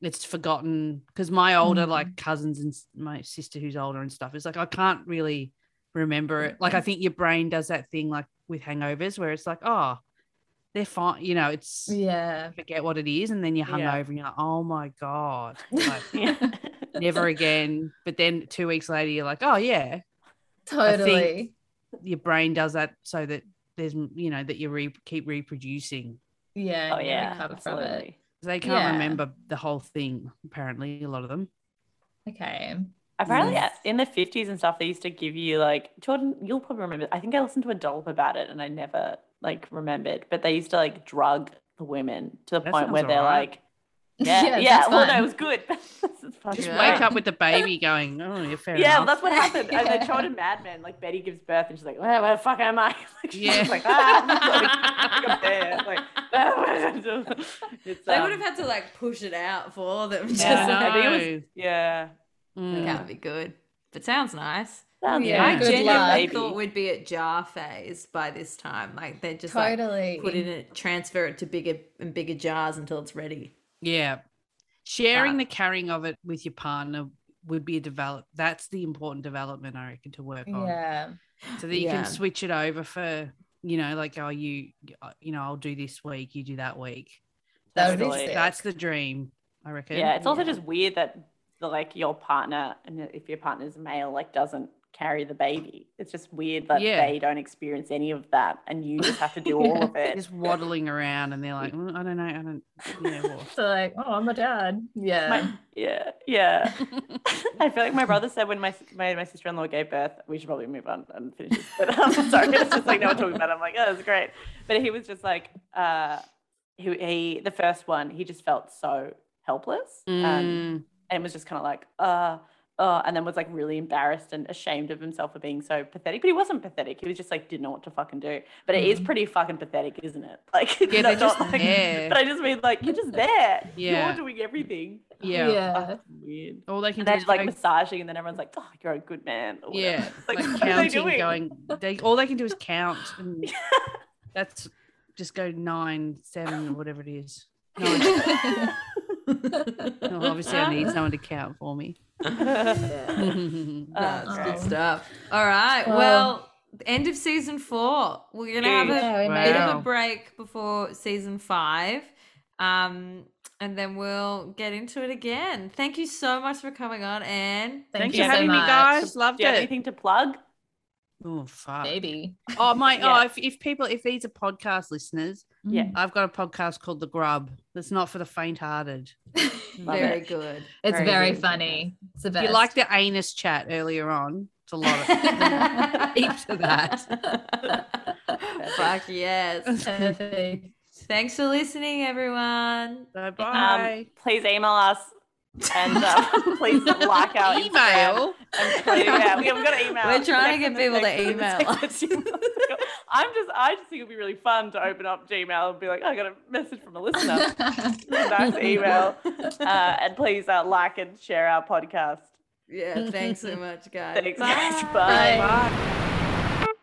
it's forgotten because my older Mm. like cousins and s- my sister who's older and stuff is like I can't really remember it like I think your brain does that thing like with hangovers where it's like oh they're fine you know it's yeah. forget what it is and then you're hungover Yeah. and you're like oh my god like, yeah. never again but then two weeks later you're like oh yeah Totally. your brain does that so that there's you know that you re- keep reproducing Yeah. Oh you yeah, recover from it. absolutely. They can't Yeah. remember the whole thing, apparently, a lot of them. Okay. Apparently, Mm. at- in the fifties and stuff, they used to give you like Jordan. You'll probably remember. I think I listened to a dollop about it, and I never like remembered. But they used to like drug the women to the That point where sounds they're alright. like, "Yeah, yeah." that's well, no, fun. it was good. Just Yeah. wake up with the baby going, oh, you're fair yeah, enough. that's what happened. And Yeah. then Jordan Mad Men, like Betty gives birth, and she's like, "Where, where the fuck am I?" Like, she's Yeah. just like, ah, like, like a bear. Like, it's, They um, would have had to like push it out for them. Just, Yeah, I I think it know. yeah. Mm. That would be good. But sounds nice. Sounds Yeah, I good. good genuinely luck. thought we'd be at jar phase by this time. Like they just like totally. put it in it, transfer it to bigger and bigger jars until it's ready. Yeah. Sharing That. the carrying of it with your partner would be a develop. That's the important development, I reckon, to work on. yeah. So that you Yeah. can switch it over for, you know, like, oh, you, you know, I'll do this week, you do that week. That would be Totally. sick. That's the dream, I reckon. Yeah, it's also Yeah. just weird that the, like your partner and if your partner's male like doesn't carry the baby. It's just weird that Yeah. they don't experience any of that and you just have to do all of it. Just waddling around and they're like, "Mm, I don't know, I don't, yeah, well, so like, oh, I'm a dad. Yeah. My- yeah, yeah. I feel like my brother said when my my, my sister in law gave birth, we should probably move on and finish this. But I'm sorry, it's just like no one talking about. It. I'm like, oh, that's great. But he was just like, uh, he, he the first one, he just felt so helpless. Um, Mm. and was just kind of like, uh, uh, and then was like really embarrassed and ashamed of himself for being so pathetic. But he wasn't pathetic. He was just like, didn't know what to fucking do. But it is pretty fucking pathetic, isn't it? Like, Mm. Yeah, no, they're just not like- there. But I just mean, like, you're just there. Yeah. You're doing everything. yeah. Yeah. Weird. All they can And do they're is like go- massaging, and then everyone's like, oh, you're a good man. or whatever. yeah, It's like, what are they counting, doing? going. They all they can do is count, and that's just go nine, seven, or whatever it is. Nine. No, obviously, I need someone to count for me. Yeah. That's good Oh. stuff. All right. Well- Well, end of season four. We're gonna have Huge. a Yeah, we made Wow. bit of a break before season five. Um, and then we'll get into it again. Thank you so much for coming on, Anne. Thank Thanks you for so having me, much. guys. Loved Do you have it. anything to plug? Oh Uh, fuck. Maybe. Oh my. Yeah. Oh, if, if people, if these are podcast listeners, Yeah. I've got a podcast called The Grub. That's not for the faint-hearted. Love Very it. good. It's Very very good. funny. It's the If best. you like the anus chat earlier on, it's a lot of. Deep to that. Fuck yes. Perfect. Thanks for listening, everyone. So Um, bye. please email us and um, please like our Instagram. Email. And please, yeah, we haven't got an email. We're trying to Next- get people to next- email next- I'm just, I just think it'd be really fun to open up Gmail and be like, I got a message from a listener. nice email. Uh, and please uh, like and share our podcast. Yeah, thanks so much, guys. Thanks, guys. Bye. Bye. Bye.